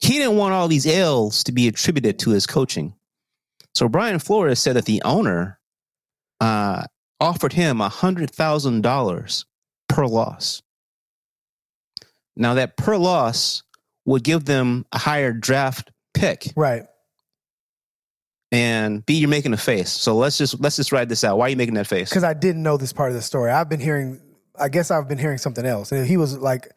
he didn't want all these L's to be attributed to his coaching. So Brian Flores said that the owner uh, offered him $100,000 per loss. Now, that per loss would give them a higher draft pick. Right. And B, you're making a face. So let's just let's just ride this out. Why are you making that face? because I didn't know this part of the story. I've been hearing, I guess I've been hearing something else. And he was like,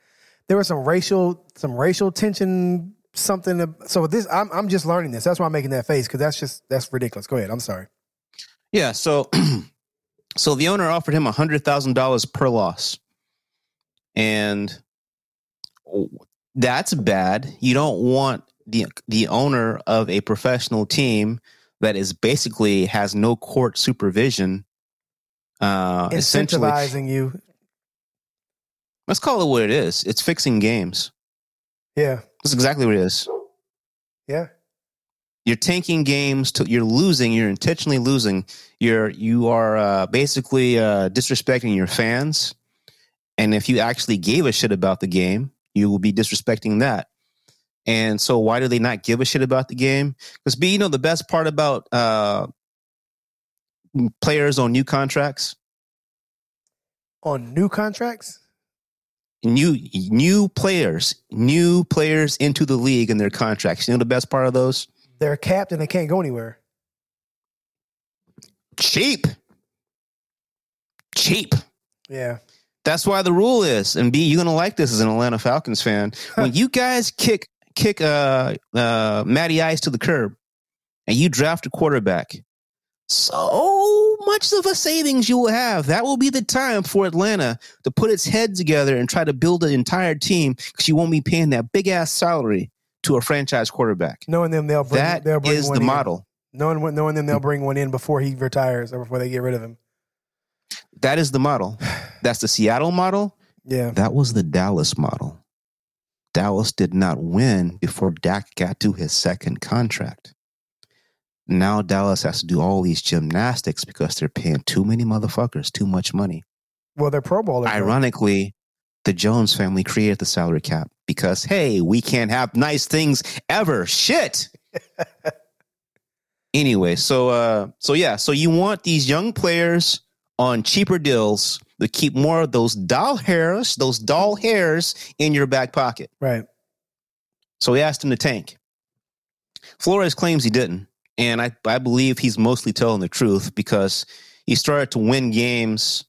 there was some racial, some racial tension, something. ab- So this, I'm, I'm just learning this. That's why I'm making that face because that's just that's ridiculous. Go ahead. I'm sorry. Yeah, so so the owner offered him hundred thousand dollars per loss, and that's bad. You don't want the the owner of a professional team that is basically has no court supervision. Uh, essentially, Incentivizing you, let's call it what it is. It's fixing games. yeah, That's exactly what it is. yeah, you're tanking games to you're losing you're intentionally losing you're you are uh, basically uh, disrespecting your fans and if you actually gave a shit about the game you will be disrespecting that and so why do they not give a shit about the game because b you know the best part about uh, players on new contracts on new contracts. new new players new players into the league and their contracts you know the best part of those They're capped and they can't go anywhere. cheap cheap Yeah, That's why the rule is, and B, you're gonna like this as an Atlanta Falcons fan. When you guys kick kick uh uh Matty Ice to the curb and you draft a quarterback, so much of a savings you will have. That will be the time for Atlanta to put its head together and try to build an entire team because you won't be paying that big ass salary to a franchise quarterback. knowing them, they'll bring. that they'll bring is one the in. model. Knowing knowing them, they'll bring one in before he retires or before they get rid of him. That is the model. That's the Seattle model. Yeah, That was the Dallas model. Dallas did not win before Dak got to his second contract. Now Dallas has to do all these gymnastics because they're paying too many motherfuckers too much money. well, they're Pro Bowlers. though. Ironically, the Jones family created the salary cap because hey, we can't have nice things ever. Shit. anyway, so uh so yeah, so you want these young players on cheaper deals to keep more of those doll hairs, those doll hairs in your back pocket. right? So he asked him to tank. Flores claims he didn't. And I, I believe he's mostly telling the truth because he started to win games.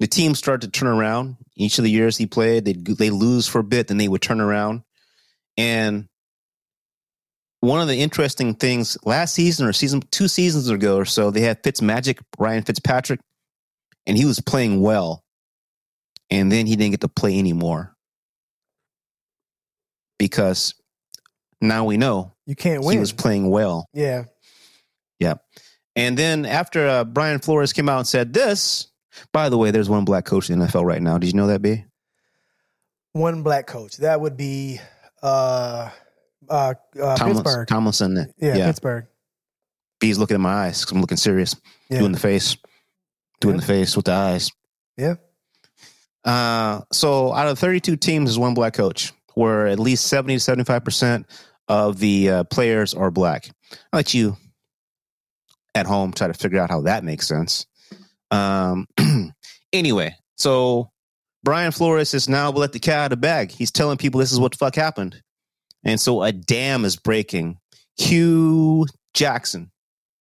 The team started to turn around. Each of the years he played, they'd, they lose for a bit, then they would turn around. And one of the interesting things last season or season two seasons ago or so, they had Fitzmagic, Ryan Fitzpatrick, and he was playing well. And then he didn't get to play anymore because now we know You can't he win. was playing well. yeah, And then after uh, Brian Flores came out and said this, by the way, there's one black coach in the NFL right now. Did you know that, B? one black coach. That would be uh, uh, uh, Tomlin- Pittsburgh. Tomlinson. yeah, Yeah. Pittsburgh. B's looking in my eyes 'cause I'm looking serious. Yeah. Doing the face. Doing Yeah. the face with the eyes. Yeah. Uh, so out of 32 teams, there's one black coach where at least 70 to 75% of the uh, players are black. I'll let you at home try to figure out how that makes sense. Um, anyway, So Brian Flores is now let the cat out of the bag. He's telling people this is what the fuck happened. And so a dam is breaking. Hugh Jackson,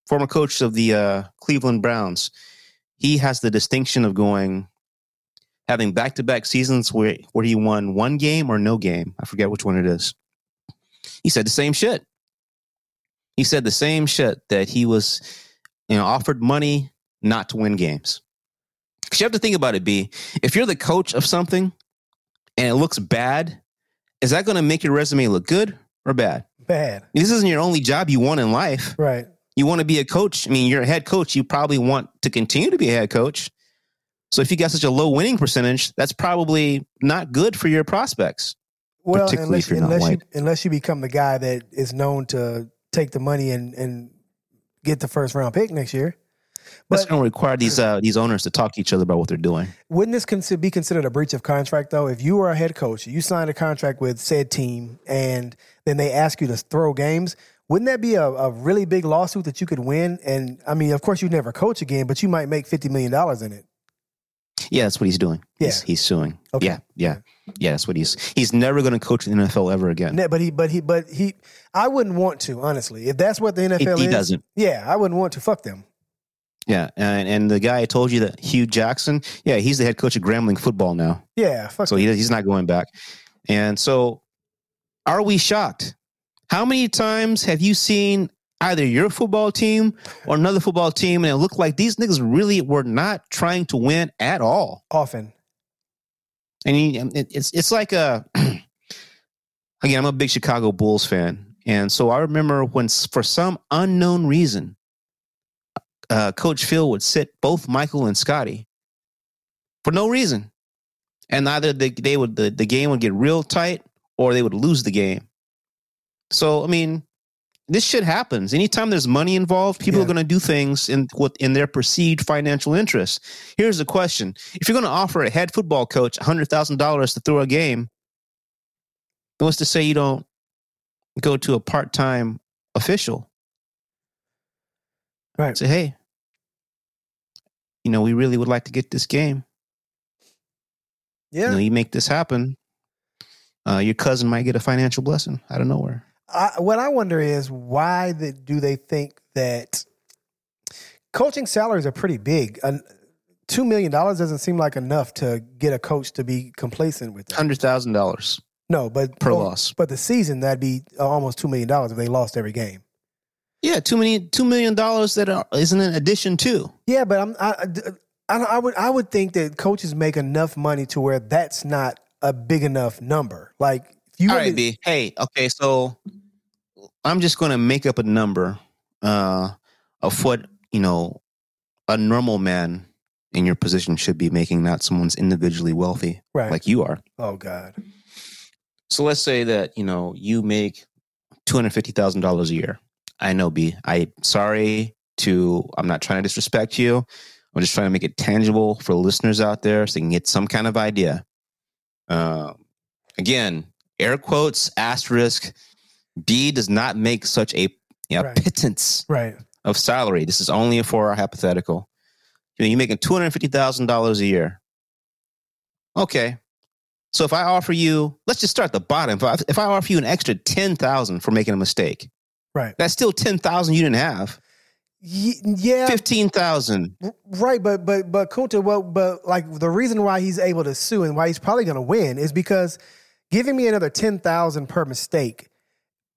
former coach of the uh, Cleveland Browns, he has the distinction of going having back to back seasons where, where he won one game or no game. I forget which one it is. He said the same shit. He said the same shit that he was you know, offered money not to win games. Because you have to think about it, B. If you're the coach of something and it looks bad, is that going to make your resume look good or bad? Bad. This isn't your only job you want in life Right. you want to be a coach. I mean, you're a head coach. You probably want to continue to be a head coach. So if you got such a low winning percentage, that's probably not good for your prospects. Well, Particularly unless, if you're not unless you white. unless you become the guy that is known to take the money and and get the first round pick next year. That's But- going to require these uh, these owners to talk to each other about what they're doing. Wouldn't this consider, be considered a breach of contract though? If you were a head coach, you signed a contract with said team, and then they ask you to throw games. Wouldn't that be a, a really big lawsuit that you could win? And I mean, of course, you'd never coach again, but you might make fifty million dollars in it. Yeah, that's what he's doing. He's, Yeah. he's suing. Okay. Yeah, yeah, yeah. That's what he's. He's never going to coach in the NFL ever again. Ne- But he, but he, but he. I wouldn't want to honestly. If that's what the He, NFL he is, doesn't. yeah, I wouldn't want to fuck them. Yeah, and and the guy I told you that Hugh Jackson. Yeah, he's the head coach of Grambling football now. Yeah, fuck. So he, he's not going back. And so, are we shocked? How many times have you seen either your football team or another football team, and it looked like these niggas really were not trying to win at all? often. And he, and it- it's it's like a again, I'm a big Chicago Bulls fan, and so I remember when s- for some unknown reason, uh, Coach Phil would sit both Michael and Scotty for no reason, and either they, they would the, the game would get real tight or they would lose the game. So I mean, this shit happens. Anytime there's money involved, people are Yeah. going to do things in what in their perceived financial interest. Here's the question: If you're going to offer a head football coach hundred thousand dollars to throw a game, then what's to say you don't go to a part-time official? Right. Say, hey, you know, we really would like to get this game. You Yeah. know, you make this happen, uh, your cousin might get a financial blessing out of nowhere. I, what I wonder is why the, do they think that coaching salaries are pretty big? An- Two million dollars doesn't seem like enough to get a coach to be complacent with. That. Hundred thousand dollars No, but per oh, loss. But the season that'd be uh, almost two million dollars if they lost every game. Yeah, too many two million dollars that are, isn't in addition to. Yeah, but I'm I, I d- I don't- I would I would think that coaches make enough money to where that's not a big enough number. Like if you All really- right, B. Hey, okay, so I'm just going to make up a number uh, of what you know a normal man in your position should be making, not someone's individually wealthy right? like you are. oh god, So let's say that you know you make two hundred fifty thousand dollars a year. I know, B. I sorry to. I'm not trying to disrespect you. I'm just trying to make it tangible for listeners out there so they can get some kind of idea. Uh, again, air quotes asterisk. B does not make such a, a Right. pittance right? of salary. This is only for our hypothetical. You know, you're making two hundred fifty thousand dollars a year. Okay, so if I offer you, let's just start at the bottom. If I, if I offer you an extra ten thousand for making a mistake, Right. that's still ten thousand you didn't have. Ye- yeah, Fifteen thousand. Right, but but but Kunta, well, but like the reason why he's able to sue and why he's probably going to win is because giving me another ten thousand per mistake,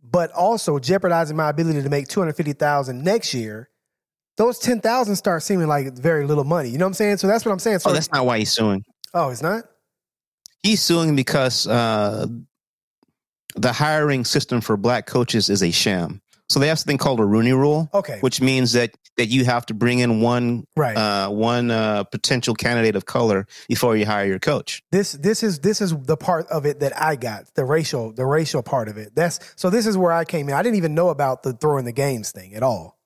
but also jeopardizing my ability to make two hundred fifty thousand next year. Those ten thousand start seeming like very little money. You know what I'm saying? So that's what I'm saying. So, Oh, that's not why he's suing. oh, it's not. He's suing because uh, the hiring system for black coaches is a sham. So they have something called a Rooney Rule, Okay, which means that that you have to bring in one right. uh, one uh, potential candidate of color before you hire your coach. this this is this is the part of it that I got the racial the racial part of it. That's so. This is where I came in. I didn't even know about the throwing the games thing at all.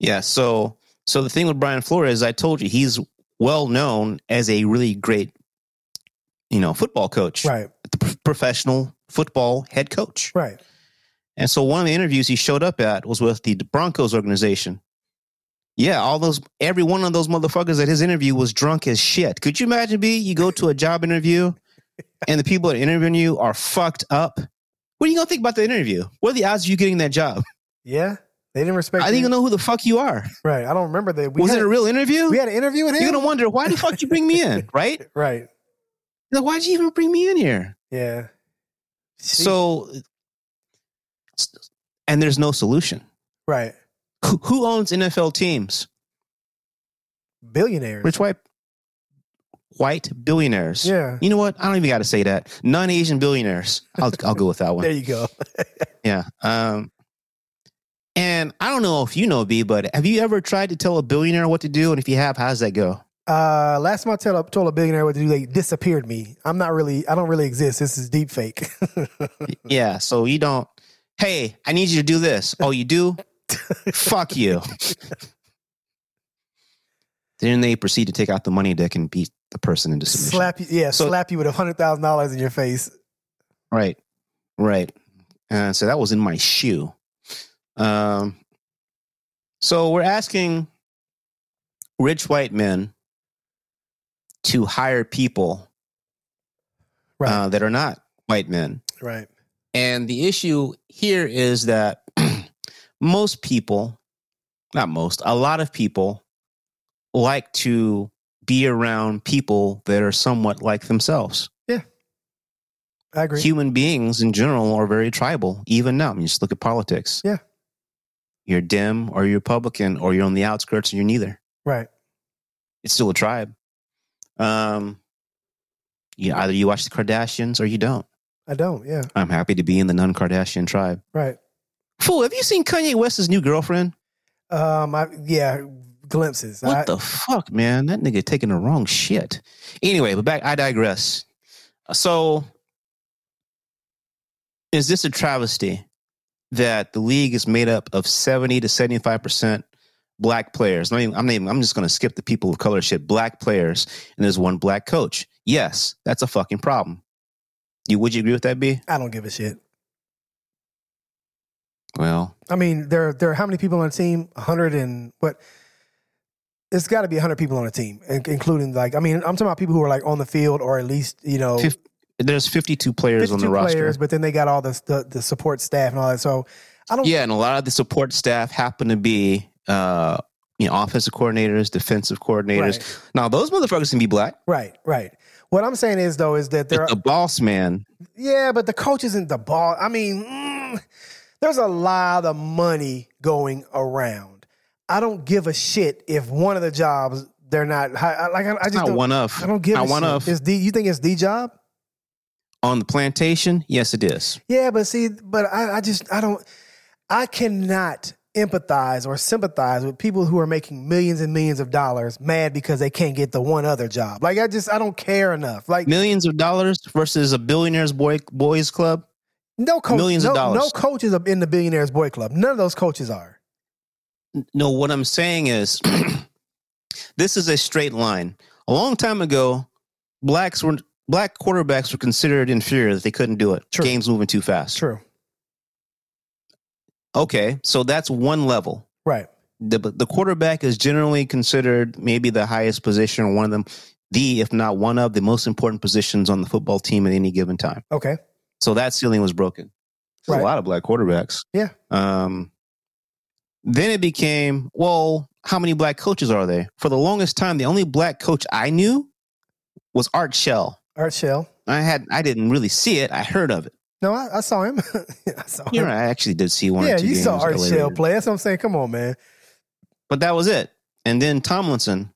Yeah. So, so the thing with Brian Flores, I told you, he's well known as a really great, you know, football coach, Right, the pro- professional football head coach. right, And so, one of the interviews he showed up at was with the Broncos organization, Yeah, all those every one of those motherfuckers at his interview was drunk as shit. Could you imagine B? You go to a job interview and the people that interviewing you are fucked up. What are you gonna think about the interview? What are the odds of you getting that job? Yeah, they didn't respect. I didn't you. even know who the fuck you are. Right, I don't remember that. We was had, it a real interview? we had an interview with You're him. gonna wonder why the fuck you bring me in, right? Right. Like, why'd you even bring me in here? Yeah. See? So, and there's no solution. right, Who, who owns NFL teams? billionaires. Rich white, white billionaires. Yeah. You know what? I don't even got to say that. Non-Asian billionaires. I'll I'll go with that There one. you go. Yeah. Um, and I don't know if you know B, but have you ever tried to tell a billionaire what to do? And if you have, how's that go? Uh, last time I tell, told a billionaire what to do, they disappeared me. I'm not really, I don't really exist. This is deep fake. Yeah. So you don't. Hey, I need you to do this. Oh, you do? Fuck you. then they proceed to take out the money deck and beat the person into submission. slap you, yeah, So- slap you with a hundred thousand dollars in your face. Right. Right. Uh, so that was in my shoe. Um, so we're asking rich white men to hire people Right, uh, that are not white men. right, And the issue here is that most people, not most, a lot of people like to be around people that are somewhat like themselves. I agree. Human beings in general are very tribal, even now. I mean, just look at politics. Yeah. You're Dem or you're Republican or you're on the outskirts and you're neither. Right, It's still a tribe. Um, you either you watch the Kardashians or you don't. I don't. Yeah, I'm happy to be in the non Kardashian tribe. right. Fool, have you seen Kanye West's new girlfriend? Um, I yeah, glimpses. What I, the fuck, man? That nigga taking the wrong shit. Anyway, but back, I digress. So, is this a travesty that the league is made up of 70 to 75% black players? Not even, I'm, not even, I'm just going to skip the people of color shit, black players, and there's one black coach. Yes, that's a fucking problem. You Would you agree with that, B? I don't give a shit. Well, I mean, there there are how many people on a team? A hundred and what? It's got to be a hundred people on a team, in- including like I mean, I'm talking about people who are like on the field or at least you know Fif- there's 52 players on the 52 roster. players, but then they got all the, the the support staff and all that. So I don't. Yeah, and a lot of the support staff happen to be uh you know offensive coordinators, defensive coordinators. Right. Now those motherfuckers can be black. Right, right. What I'm saying is though is that there are But the boss man, yeah, but the coach isn't the ball. I mean, mm, there's a lot of money going around. I don't give a shit if one of the jobs they're not hi- I, like I, I just not don't, one of. I don't give not a one shit. of. It's the you think it's the job? On the plantation, yes, it is. Yeah, but see, but I, I just I don't I cannot empathize or sympathize with people who are making millions and millions of dollars mad because they can't get the one other job. Like I just I don't care enough. Like Millions of dollars versus a billionaires boy boys club. no coach millions no, of dollars. no coaches are in the billionaires boy club. None of those coaches are. No, what I'm saying is this is a straight line. A long time ago, blacks were black quarterbacks were considered inferior that they couldn't do it. True. Games moving too fast. True. Okay, so that's one level. Right. the the quarterback is generally considered maybe the highest position or one of them the if not one of the most important positions on the football team at any given time Okay. so that ceiling was broken There's Right. a lot of black quarterbacks Yeah. um then it became well how many black coaches are there for the longest time the only black coach i knew was art shell Art Shell. i had i didn't really see it i heard of it No, I, I saw him. I saw you him. know, i actually did see one Yeah, or two you saw games Art LA Shell Raiders. play. That's what I'm saying. Come on, man. but that was it. And then Tomlinson,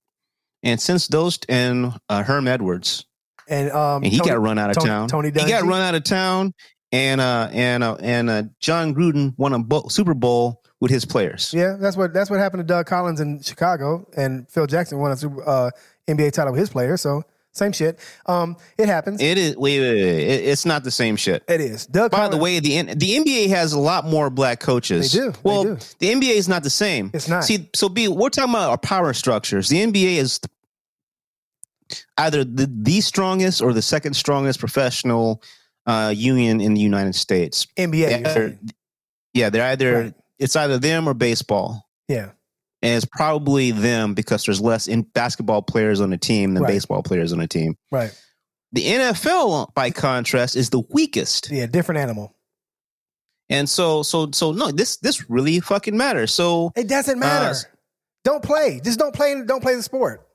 and since those and uh, Herm Edwards, And um, and he Tony- got run out of Tony- town. Tony he got Dungy. run out of town, and uh, and uh, and uh, John Gruden won a bo- Super Bowl with his players. Yeah, that's what that's what happened to Doug Collins in Chicago, and Phil Jackson won a Super, uh, NBA title with his players. So same shit. Um, it happens. It is wait, wait, wait, wait. It- it's not the same shit. it is. Doug. By Collins, the way, the N- the NBA has a lot more black coaches. They do. They Well, do. the NBA is not the same. It's not. See, so B, we're talking about our power structures. The NBA is either the, the strongest or the second strongest professional uh, union in the United States. NBA. Yeah, you're saying. yeah, they're either Right. it's either them or baseball. Yeah. and it's probably them because there's less in basketball players on the team than Right. baseball players on the team. Right. The NFL, by contrast, is the weakest, Yeah, different animal. and so so so no, this this really fucking matters. So It doesn't matter. Uh, s- don't play. Just don't play. Don't play the sport.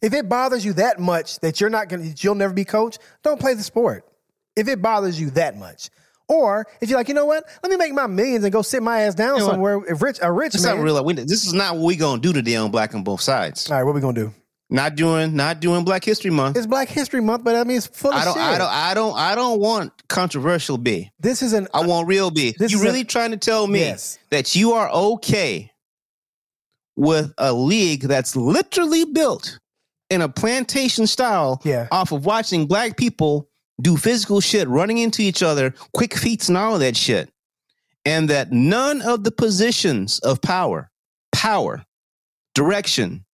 If it bothers you that much that you're not gonna, that you'll never be coached, don't play the sport. If it bothers you that much, or if you're like, you know what, let me make my millions and go sit my ass down know what? somewhere. If rich, a rich it's man. not real. We, this is not what we gonna do today on Black on Both Sides. All right, what we gonna do? Not doing not doing Black History Month. It's Black History Month, but I mean, it's full of I don't shit. I don't I don't I don't want controversial B. this is an I want real B. This you is a- really trying to tell me Yes. that you are okay with a league that's literally built in a plantation style yeah. off of watching black people do physical shit, running into each other, quick feats, and all of that shit. And that none of the positions of power, power, direction,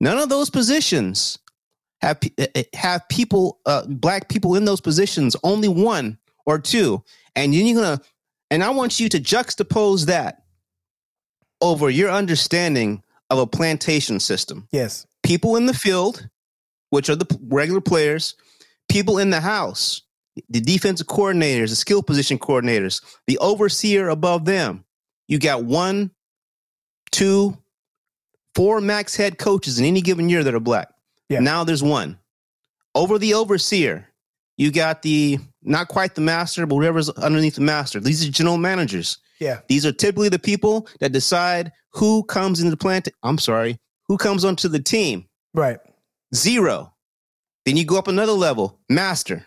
none of those positions have, pe- eh, eh, have people, uh, black people in those positions, only one or two. And then you're going to, and I want you to juxtapose that over your understanding of a plantation system Yes. people in the field, which are the p- regular players, people in the house, the defensive coordinators, the skill position coordinators, the overseer above them. You got one, two, four max head coaches in any given year that are black. Yeah. Now there's one. Over the overseer, you got the not quite the master, but whatever's underneath the master. These are general managers. Yeah. These are typically the people that decide who comes into the plant. I'm sorry, who comes onto the team? Right. Zero. Then you go up another level, master.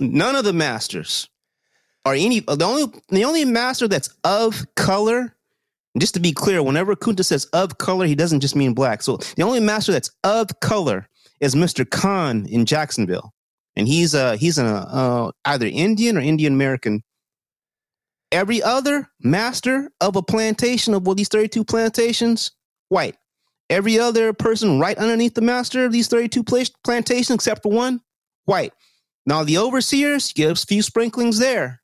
None of the masters are any the only the only master that's of color. and Just to be clear, whenever Kunta says of color, he doesn't just mean black. So the only master that's of color is Mr. Khan in Jacksonville, and he's uh he's an uh, either Indian or Indian American. Every other master of a plantation of well, these thirty two plantations, white. Every other person right underneath the master of these 32 pla- plantations, except for one, white. Now the overseers gives few sprinklings there.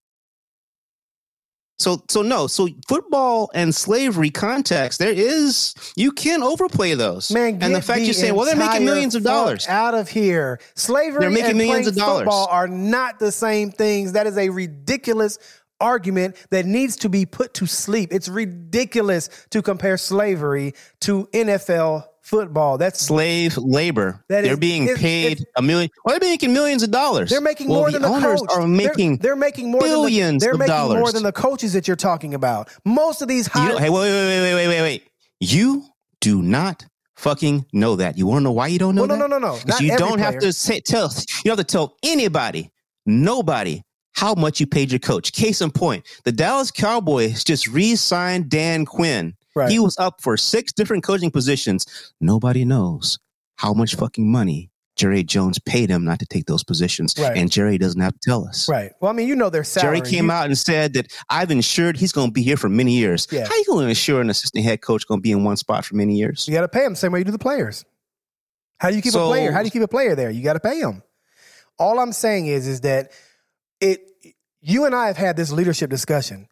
So so no, so football and slavery context, there is you can overplay those. Man, and the get fact the you're saying, well, they're entire making millions of fuck dollars. out of here. Slavery They're making and millions playing of dollars. Football are not the same things. That is a ridiculous argument that needs to be put to sleep. It's ridiculous to compare slavery to NFL football. That's Slave labor. That they're is- being it's- paid it's- a million. Well, they're making millions of dollars. they're making Well, more the than the owners coach. are making. they're, they're making more billions than the, of they're making more dollars. than the coaches that you're talking about. Most of these you high don't- hey, wait, wait, wait, wait, wait, wait, wait. You do not fucking know that. You want to know why you don't know Well, no, that? no, no, no. 'Cause Not you every don't have player. to say, tell. You don't have to tell anybody, nobody, how much you paid your coach. Case in point, the Dallas Cowboys just re-signed Dan Quinn. Right. He was up for six different coaching positions. Nobody knows how much fucking money Jerry Jones paid him not to take those positions, Right. and Jerry doesn't have to tell us. Right. Well, I mean, you know their salary. Jerry came You- out and said that I've ensured he's going to be here for many years. Yeah. How you going to ensure an assistant head coach going to be in one spot for many years? You got to pay them the same way you do the players. How do you keep a So- player? How do you keep a player there? You got to pay them. All I'm saying is, is that it. You and I have had this leadership discussion.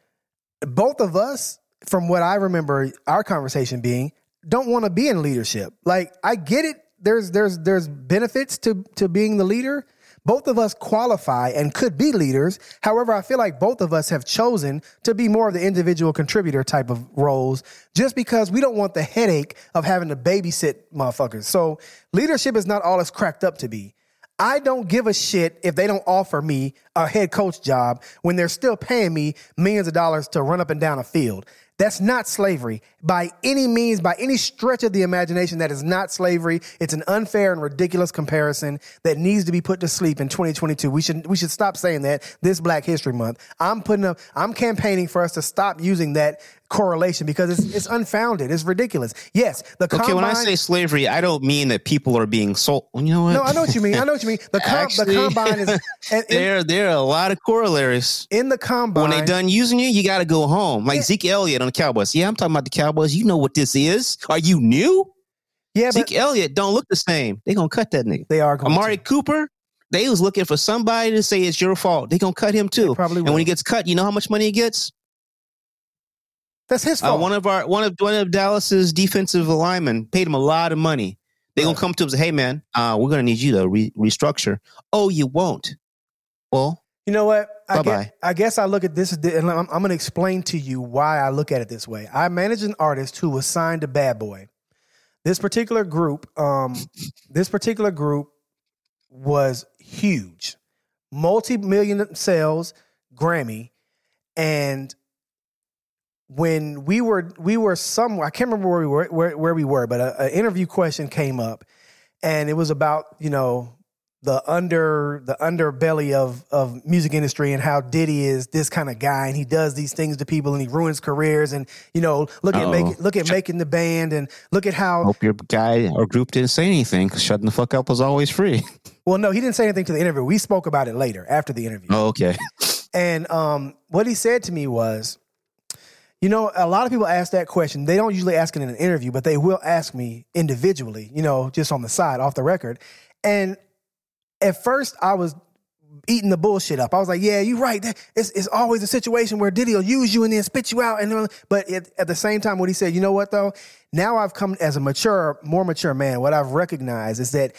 Both of us, from what I remember, our conversation being, don't want to be in leadership. Like I get it. There's there's there's benefits to to being the leader. Both of us qualify and could be leaders. However, I feel like both of us have chosen to be more of the individual contributor type of roles just because we don't want the headache of having to babysit motherfuckers. So, leadership is not all it's cracked up to be. I don't give a shit if they don't offer me a head coach job when they're still paying me millions of dollars to run up and down a field. That's not slavery by any means, by any stretch of the imagination. That is not slavery. It's an unfair and ridiculous comparison that needs to be put to sleep in 2022. We should we should stop saying that this Black History Month. I'm putting up. I'm campaigning for us to stop using that correlation because it's it's unfounded. It's ridiculous. Yes, the Okay, when I combine- say slavery, I don't mean that people are being sold. You know what? no, I know what you mean. I know what you mean. The, com- Actually, the combine is and in- there, there are a lot of corollaries. in the combine. When they done using you, you got to go home. Like Zeke Elliott on the Cowboys. Yeah, I'm talking about the Cowboys. You know what this is? Are you new? yeah, but Zeke Elliott don't look the same. They gonna cut that nigga. they are going Amari to. Cooper, they was looking for somebody to say it's your fault. They gonna cut him too. probably and will. when he gets cut, you know how much money he gets? That's his Uh, fault. one of our one of one of Dallas's defensive linemen paid him a lot of money. They gonna come to him and say, "Hey man, uh, we're gonna need you to re- restructure." Oh, you won't. Well, you know what? I, Bye-bye. guess, I guess I look at this, and I'm, I'm going to explain to you why I look at it this way. I manage an artist who was signed to Bad Boy. This particular group, um, this particular group was huge, multi-million sales, Grammy, and when we were we were somewhere I can't remember where we were where, where we were, but an interview question came up, and it was about you know the under the underbelly of of music industry and how Diddy is this kind of guy and he does these things to people and he ruins careers and you know look at Uh-oh. make, look at making the band and look at how hope your guy or group didn't say anything. 'cause shutting the fuck up was always free. Well, no, he didn't say anything to the interview. We spoke about it later after the interview. oh, okay. And um, what he said to me was, you know, a lot of people ask that question. They don't usually ask it in an interview, but they will ask me individually, you know, just on the side, off the record. And at first, I was eating the bullshit up. I was like, yeah, you're right. That- It's, it's always a situation where Diddy will use you and then spit you out. And then- But at, at the same time, what he said, you know what, though? Now I've come as a mature, more mature man. What I've recognized is that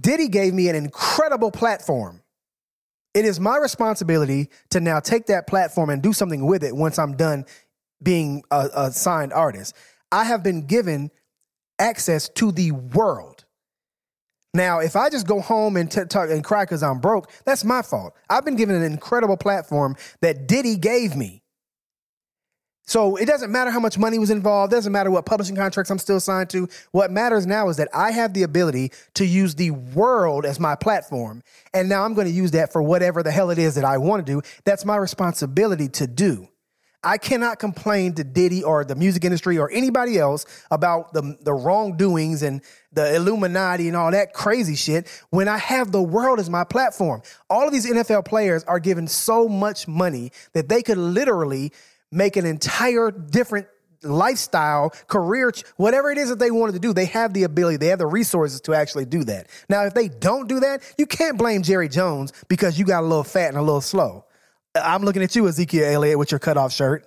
Diddy gave me an incredible platform it is my responsibility to now take that platform and do something with it once I'm done being a, a signed artist. I have been given access to the world. Now, if I just go home and t- talk and cry because I'm broke, that's my fault. I've been given an incredible platform that Diddy gave me. So it doesn't matter how much money was involved, doesn't matter what publishing contracts I'm still signed to. What matters now is that I have the ability to use the world as my platform. And now I'm going to use that for whatever the hell it is that I want to do. That's my responsibility to do. I cannot complain to Diddy or the music industry or anybody else about the, the wrongdoings and the Illuminati and all that crazy shit when I have the world as my platform. All of these NFL players are given so much money that they could literally make an entire different lifestyle, career, ch- whatever it is that they wanted to do, they have the ability, they have the resources to actually do that. Now, if they don't do that, you can't blame Jerry Jones because you got a little fat and a little slow. I'm looking at you, Ezekiel Elliott, with your cutoff shirt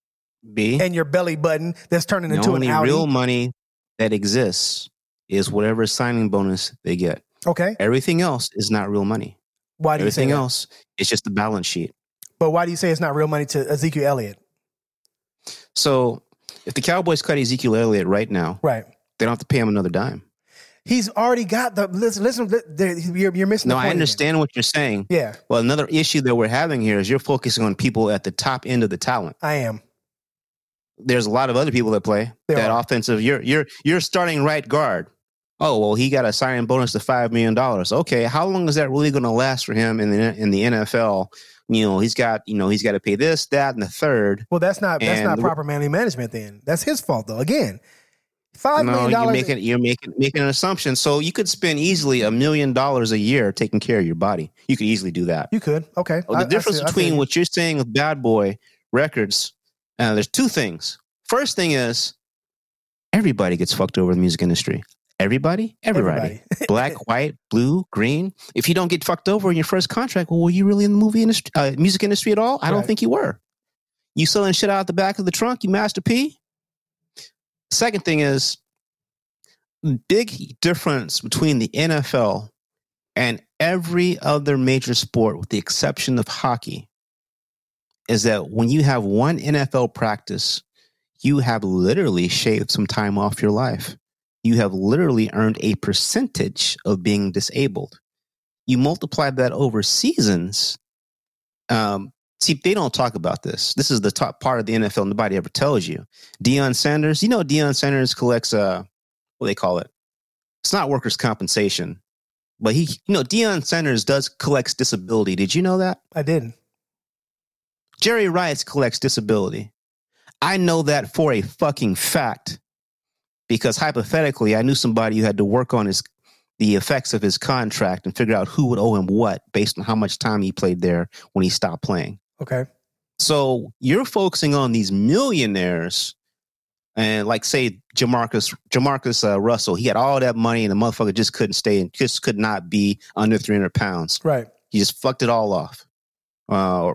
B. and your belly button that's turning the into an only Audi. real money that exists is whatever signing bonus they get. okay, Everything else is not real money. why do you say Everything that? else is just the balance sheet. But why do you say it's not real money to Ezekiel Elliott? So if the Cowboys cut Ezekiel Elliott right now, Right. they don't have to pay him another dime. He's already got the listen. Listen, li- there- you're, you're missing. No, the I point again. understand what you're saying. Yeah, Well, another issue that we're having here is you're focusing on people at the top end of the talent. I am. There's a lot of other people that play There that are. offensive. You're you're you're starting right guard. Oh well, he got a signing bonus to five million dollars. Okay, how long is that really going to last for him in the in the NFL? You know, he's got you know he's got to pay this, that, and the third. Well, that's not that's And not the- proper manly management. Then that's his fault, though. Again, five no, million you're dollars. making you're making making an assumption. So you could spend easily a million dollars a year taking care of your body. You could easily do that. You could. Okay. Well, Oh, the I- I see- difference I see between you. what you're saying with Bad Boy Records, uh, there's two things. First thing is, everybody gets fucked over in the music industry. Everybody, everybody, black, white, blue, green. If you don't get fucked over in your first contract, well, were you really in the movie industry, uh, music industry at all? I don't Right. think you were. You selling shit out the back of the trunk, you Master P. Second thing is, mm, big difference between the NFL and every other major sport, with the exception of hockey, is that when you have one NFL practice, you have literally shaved some time off your life. You have literally earned a percentage of being disabled. You multiply that over seasons. Um, see, they don't talk about this. This is the top part of the NFL nobody ever tells you. Deion Sanders, you know, Deion Sanders collects uh, what do they call it. It's not workers' compensation but he, you know, Deion Sanders does collects disability. Did you know that? I didn't. Jerry Rice collects disability. I know that for a fucking fact because hypothetically, I knew somebody who had to work on his the effects of his contract and figure out who would owe him what based on how much time he played there when he stopped playing. Okay. So you're focusing on these millionaires, and like say Jamarcus Jamarcus uh, Russell, he had all that money, and the motherfucker just couldn't stay and just could not be under 300 pounds. Right. He just fucked it all off. Uh,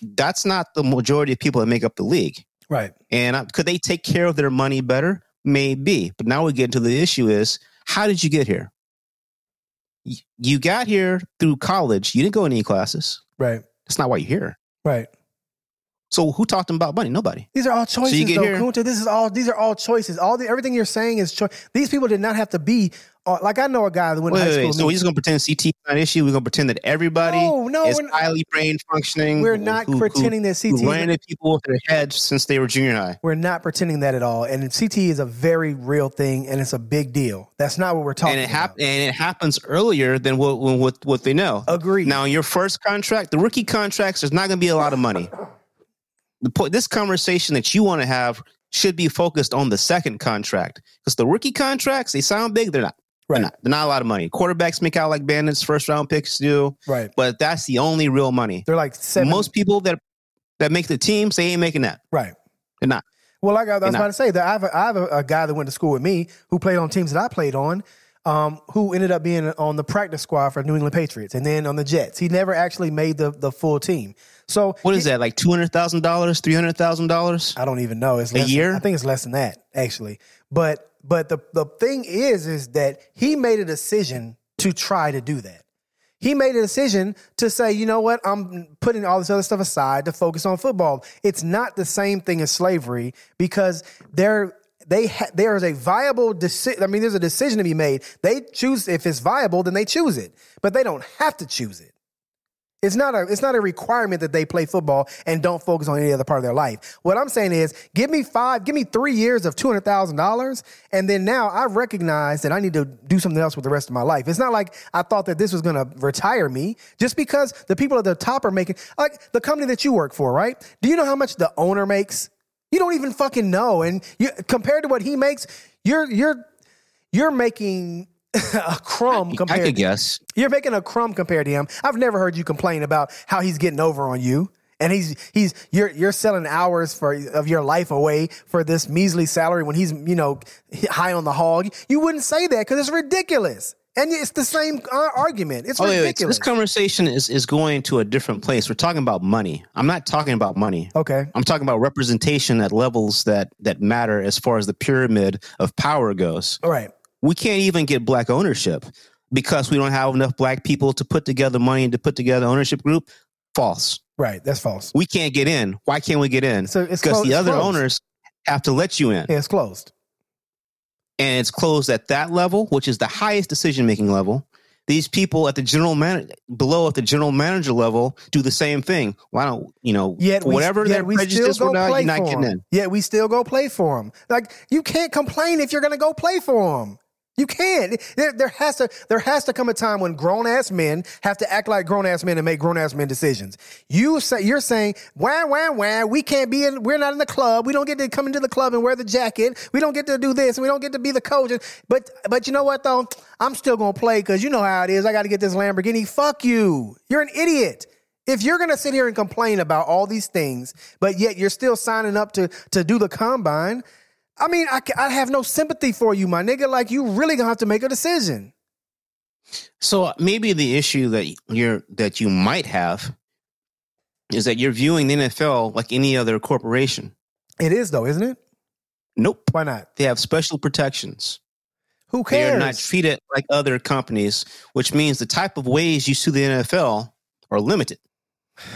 that's not the majority of people that make up the league. Right. And I, could they take care of their money better? Maybe. But now we get into the issue is how did you get here? Y- You got here through college. You didn't go in any classes. Right. That's not why you're here. Right. So who talked about money? Nobody. These are all choices, get though, here- Kunta. This is all. These are all choices. All the everything you're saying is choice. These people did not have to be. Uh, like I know a guy that went Wait, to high wait, school. wait. with So me. we're just gonna pretend CT is not an issue. We're gonna pretend that everybody No, no, is we're not- highly brain functioning. we're not who- who- pretending that who CT. ran into people with their heads since they were junior high. We're not pretending that at all. And CT is a very real thing, and it's a big deal. That's not what we're talking and it about. hap- and it happens earlier than what what what they know. Agreed. Now, in your first contract, the rookie contracts, there's not going to be a lot of money. The po- this conversation that you want to have should be focused on the second contract because the rookie contracts they sound big, they're not. Right. They're not, they're not a lot of money. Quarterbacks make out like bandits, first round picks do, Right. but that's the only real money. They're like seven. Most people that that make the teams, they ain't making that. right. They're not. Well, like I, I was not. about to say that I have, a, I have a, a guy that went to school with me who played on teams that I played on, um, who ended up being on the practice squad for New England Patriots and then on the Jets. He never actually made the, the full team. So What is that? Like two hundred thousand dollars, three hundred thousand dollars? I don't even know. It's less, year? I think it's less than that actually. But but the the thing is is that he made a decision to try to do that. He made a decision to say, you know what, I'm putting all this other stuff aside to focus on football. It's not the same thing as slavery because there they ha- there is a viable decision. I mean, there's a decision to be made. They choose if it's viable, then they choose it, but they don't have to choose it. It's not a it's not a requirement that they play football and don't focus on any other part of their life. What I'm saying is, give me five, give me three years of two hundred thousand dollars, and then now I recognize that I need to do something else with the rest of my life. It's not like I thought that this was going to retire me just because the people at the top are making like the company that you work for, right? Do you know how much the owner makes? You don't even fucking know, and you, compared to what he makes, you're you're you're making a crumb compared. I to could guess. you're making a crumb compared to him. I've never heard you complain about how he's getting over on you. And he's he's you're you're selling hours for of your life away for this measly salary when he's you know high on the hog. You wouldn't say that because it's ridiculous, and it's the same uh, argument. It's Oh, wait, wait. So ridiculous. this conversation is, is going to a different place. We're talking about money. I'm not talking about money. okay, I'm talking about representation at levels that that matter as far as the pyramid of power goes. all right, We can't even get black ownership because we don't have enough black people to put together money and to put together ownership group. False. right. That's false. We can't get in. Why can't we get in? So it's Because clo- the it's other closed. owners have to let you in. Yeah, it's closed. and it's closed at that level, which is the highest decision making level. These people at the general man below at the general manager level do the same thing. Why don't you know? Yet for whatever we, yet their we prejudice still or go not, play you're not for getting him. in. Yet we still go play for him. Like you can't complain if you're going to go play for him. You can't. There, there has to there has to come a time when grown ass men have to act like grown ass men and make grown ass men decisions. You say you're saying wah wah wah. We can't be in. We're not in the club. We don't get to come into the club and wear the jacket. We don't get to do this. and We don't get to be the coach. But but you know what though? I'm still gonna play because you know how it is. I got to get this Lamborghini. Fuck you. You're an idiot. If you're gonna sit here and complain about all these things, but yet you're still signing up to to do the combine, I mean, I, ca- I have no sympathy for you, my nigga. Like you really gonna have to make a decision. So uh, maybe the issue that you're that you might have is that you're viewing the NFL like any other corporation. It is though, isn't it? Nope, Why not? they have special protections. Who They cares? are not treated like other companies, which means the type of ways you sue the NFL are limited.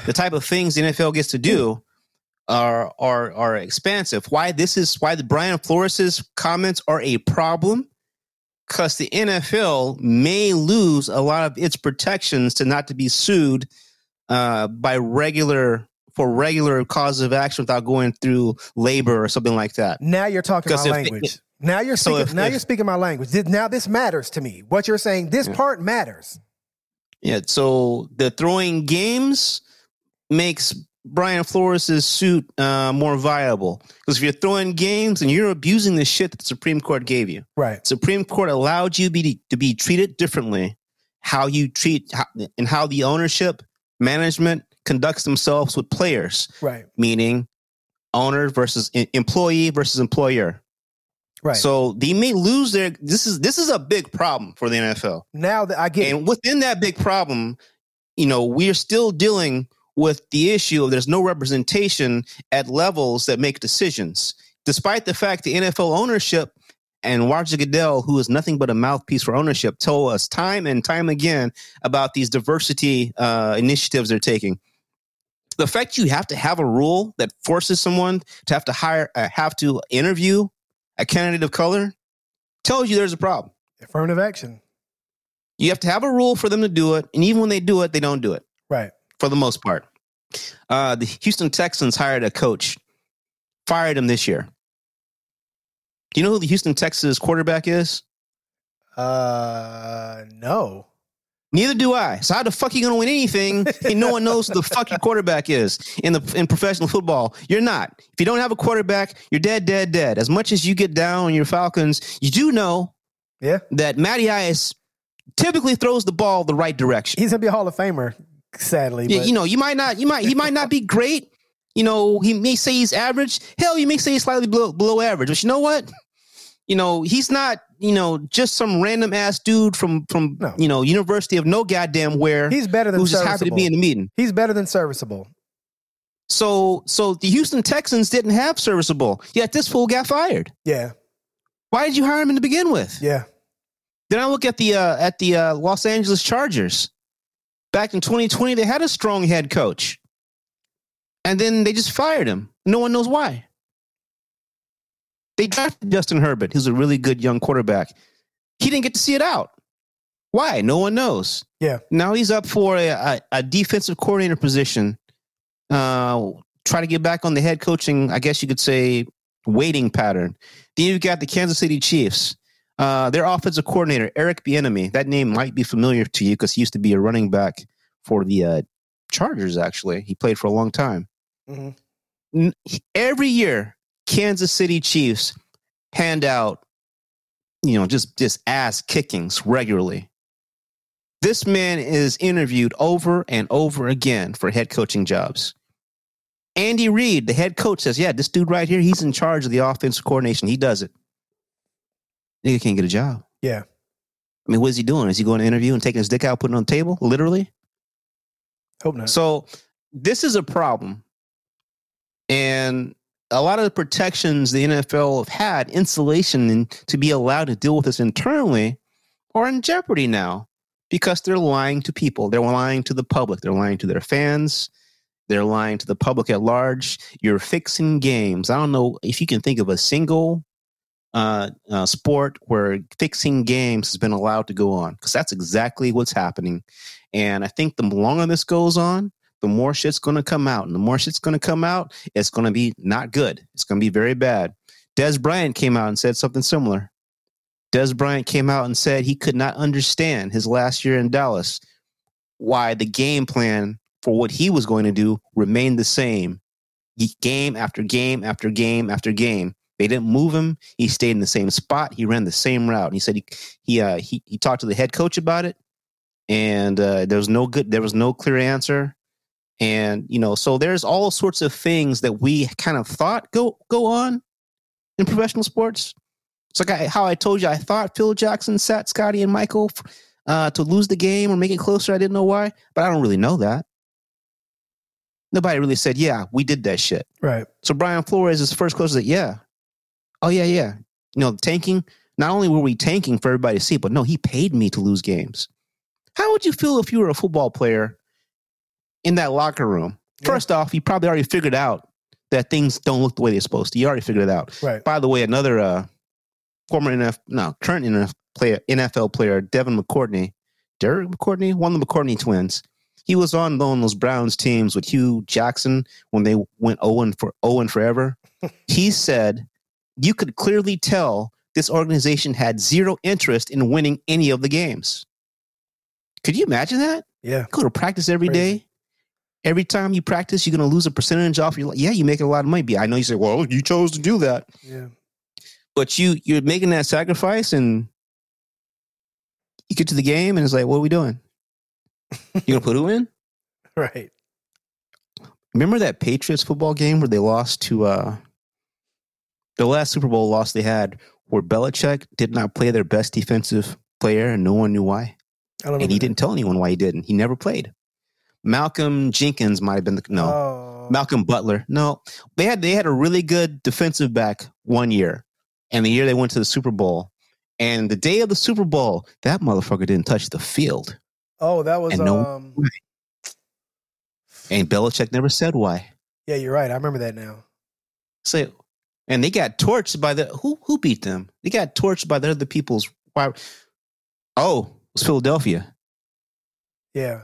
The type of things the NFL gets to do are are are expansive. Why this is why the Brian Flores' comments are a problem? Because the NFL may lose a lot of its protections to not to be sued uh, by regular for regular cause of action without going through labor or something like that. now you're talking my 'Cause if they- language. now you're So speaking. if- now if- you're speaking my language. Th- Now this matters to me. What you're saying, this part matters. Yeah, so the throwing games makes Brian Flores' suit uh, more viable because if you're throwing games and you're abusing the shit that the Supreme Court gave you, Right. Supreme Court allowed you be, to be treated differently, how you treat how, and how the ownership management conducts themselves with players, Right. meaning owner versus em- employee versus employer. Right. So So they may lose their. This is this is a big problem for the NFL. now that I get it. And within that big problem, you know, we're still dealing with the issue of there's no representation at levels that make decisions, despite the fact the NFL ownership and Roger Goodell, who is nothing but a mouthpiece for ownership, told us time and time again about these diversity uh, initiatives they're taking. The fact you have to have a rule that forces someone to have to hire, uh, have to interview a candidate of color, tells you there's a problem. Affirmative action. You have to have a rule for them to do it, and even when they do it, they don't do it Right. for the most part. Uh, the Houston Texans hired a coach, fired him this year. Do you know who the Houston Texans quarterback is? Uh, no. Neither do I. So how the fuck you gonna win anything and no one knows who the fuck your quarterback is in the in professional football? You're not. If you don't have a quarterback, you're dead, dead, dead. As much as you get down on your Falcons, you do know Yeah. that Matty Ice typically throws the ball the right direction. He's gonna be a Hall of Famer, sadly. Yeah, but you know, you might not, you might, he might not be great. You know, he may say he's average. Hell, you may say he's slightly below, below average. But you know what? You know, he's not. You know, just some random ass dude from from No. you know University of no goddamn where he's better than who's just happy to serviceable. be in the meeting. he's better than serviceable. So, so the Houston Texans didn't have serviceable. Yet this fool got fired. Yeah. Why did you hire him to begin with? Yeah. Then I look at the uh, at the uh, Los Angeles Chargers. Back in 2020, they had a strong head coach, and then they just fired him. No one knows why. They drafted Justin Herbert, who's a really good young quarterback. He didn't get to see it out. Why? No one knows. Yeah. Now he's up for a, a, a defensive coordinator position. Uh, try to get back on the head coaching, I guess you could say, waiting pattern. Then you've got the Kansas City Chiefs. Uh, their offensive coordinator, Eric Bieniemy. That name might be familiar to you because he used to be a running back for the uh, Chargers. Actually, he played for a long time. Mhm. N- Every year, Kansas City Chiefs hand out, you know, just just ass kickings regularly. This man is interviewed over and over again for head coaching jobs. Andy Reid, the head coach, says, "Yeah, this dude right here, he's in charge of the offensive coordination. He does it. Nigga can't get a job. Yeah. I mean, what is he doing? Is he going to interview and taking his dick out, putting it on the table, literally? Hope not. So this is a problem. And a lot of the protections the NFL have had, insulation and to be allowed to deal with this internally, are in jeopardy now because they're lying to people. They're lying to the public. They're lying to their fans. They're lying to the public at large. You're fixing games. I don't know if you can think of a single uh, uh, sport where fixing games has been allowed to go on because that's exactly what's happening. And I think the longer this goes on, the more shit's going to come out. And the more shit's going to come out, it's going to be not good. It's going to be very bad. Des Bryant came out and said something similar. Des Bryant came out and said he could not understand his last year in Dallas why the game plan for what he was going to do remained the same He- game after game after game after game. They didn't move him. He stayed in the same spot. He ran the same route. And he said he he uh, he, he talked to the head coach about it and uh, there was no good there was no clear answer and you know so there's all sorts of things that we kind of thought go go on in professional sports it's like I, how i told you i thought phil jackson sat scotty and michael uh, to lose the game or make it closer i didn't know why but i don't really know that nobody really said yeah we did that shit right. so Brian Flores is first close that yeah. Oh yeah, yeah. You know, tanking, not only were we tanking for everybody to see, but no, he paid me to lose games. How would you feel if you were a football player in that locker room? Yeah. First off, you probably already figured out that things don't look the way they're supposed to. You already figured it out. Right. By the way, another uh, former NFL, no, current NFL player, NFL player, Devin McCourtney, Derek McCourtney, one of the McCourtney twins. He was on loan those Browns teams with Hugh Jackson when they went Owen for Owen forever. he said, "You could clearly tell this organization had zero interest in winning any of the games." Could you imagine that? Yeah. go to practice every day. Crazy. Every time you practice, you're going to lose a percentage off your. Yeah, you make a lot of money. But I know you say, "Well, you chose to do that," Yeah. but you you're making that sacrifice, and you get to the game, and it's like, "What are we doing? You going to put who in?" Right. Remember that Patriots football game where they lost to uh the last Super Bowl loss they had, where Belichick did not play their best defensive player, and no one knew why. I don't know. And he didn't tell anyone why he didn't. He never played. Malcolm Jenkins might have been the no. Oh. Malcolm Butler. No, they had they had a really good defensive back one year, and the year they went to the Super Bowl, and the day of the Super Bowl, that motherfucker didn't touch the field, oh, that was and no- um. and Belichick never said why. Yeah, you're right. I remember that now. So, and they got torched by the who who beat them. They got torched by the other people's. Why? Oh, it was Philadelphia. Yeah.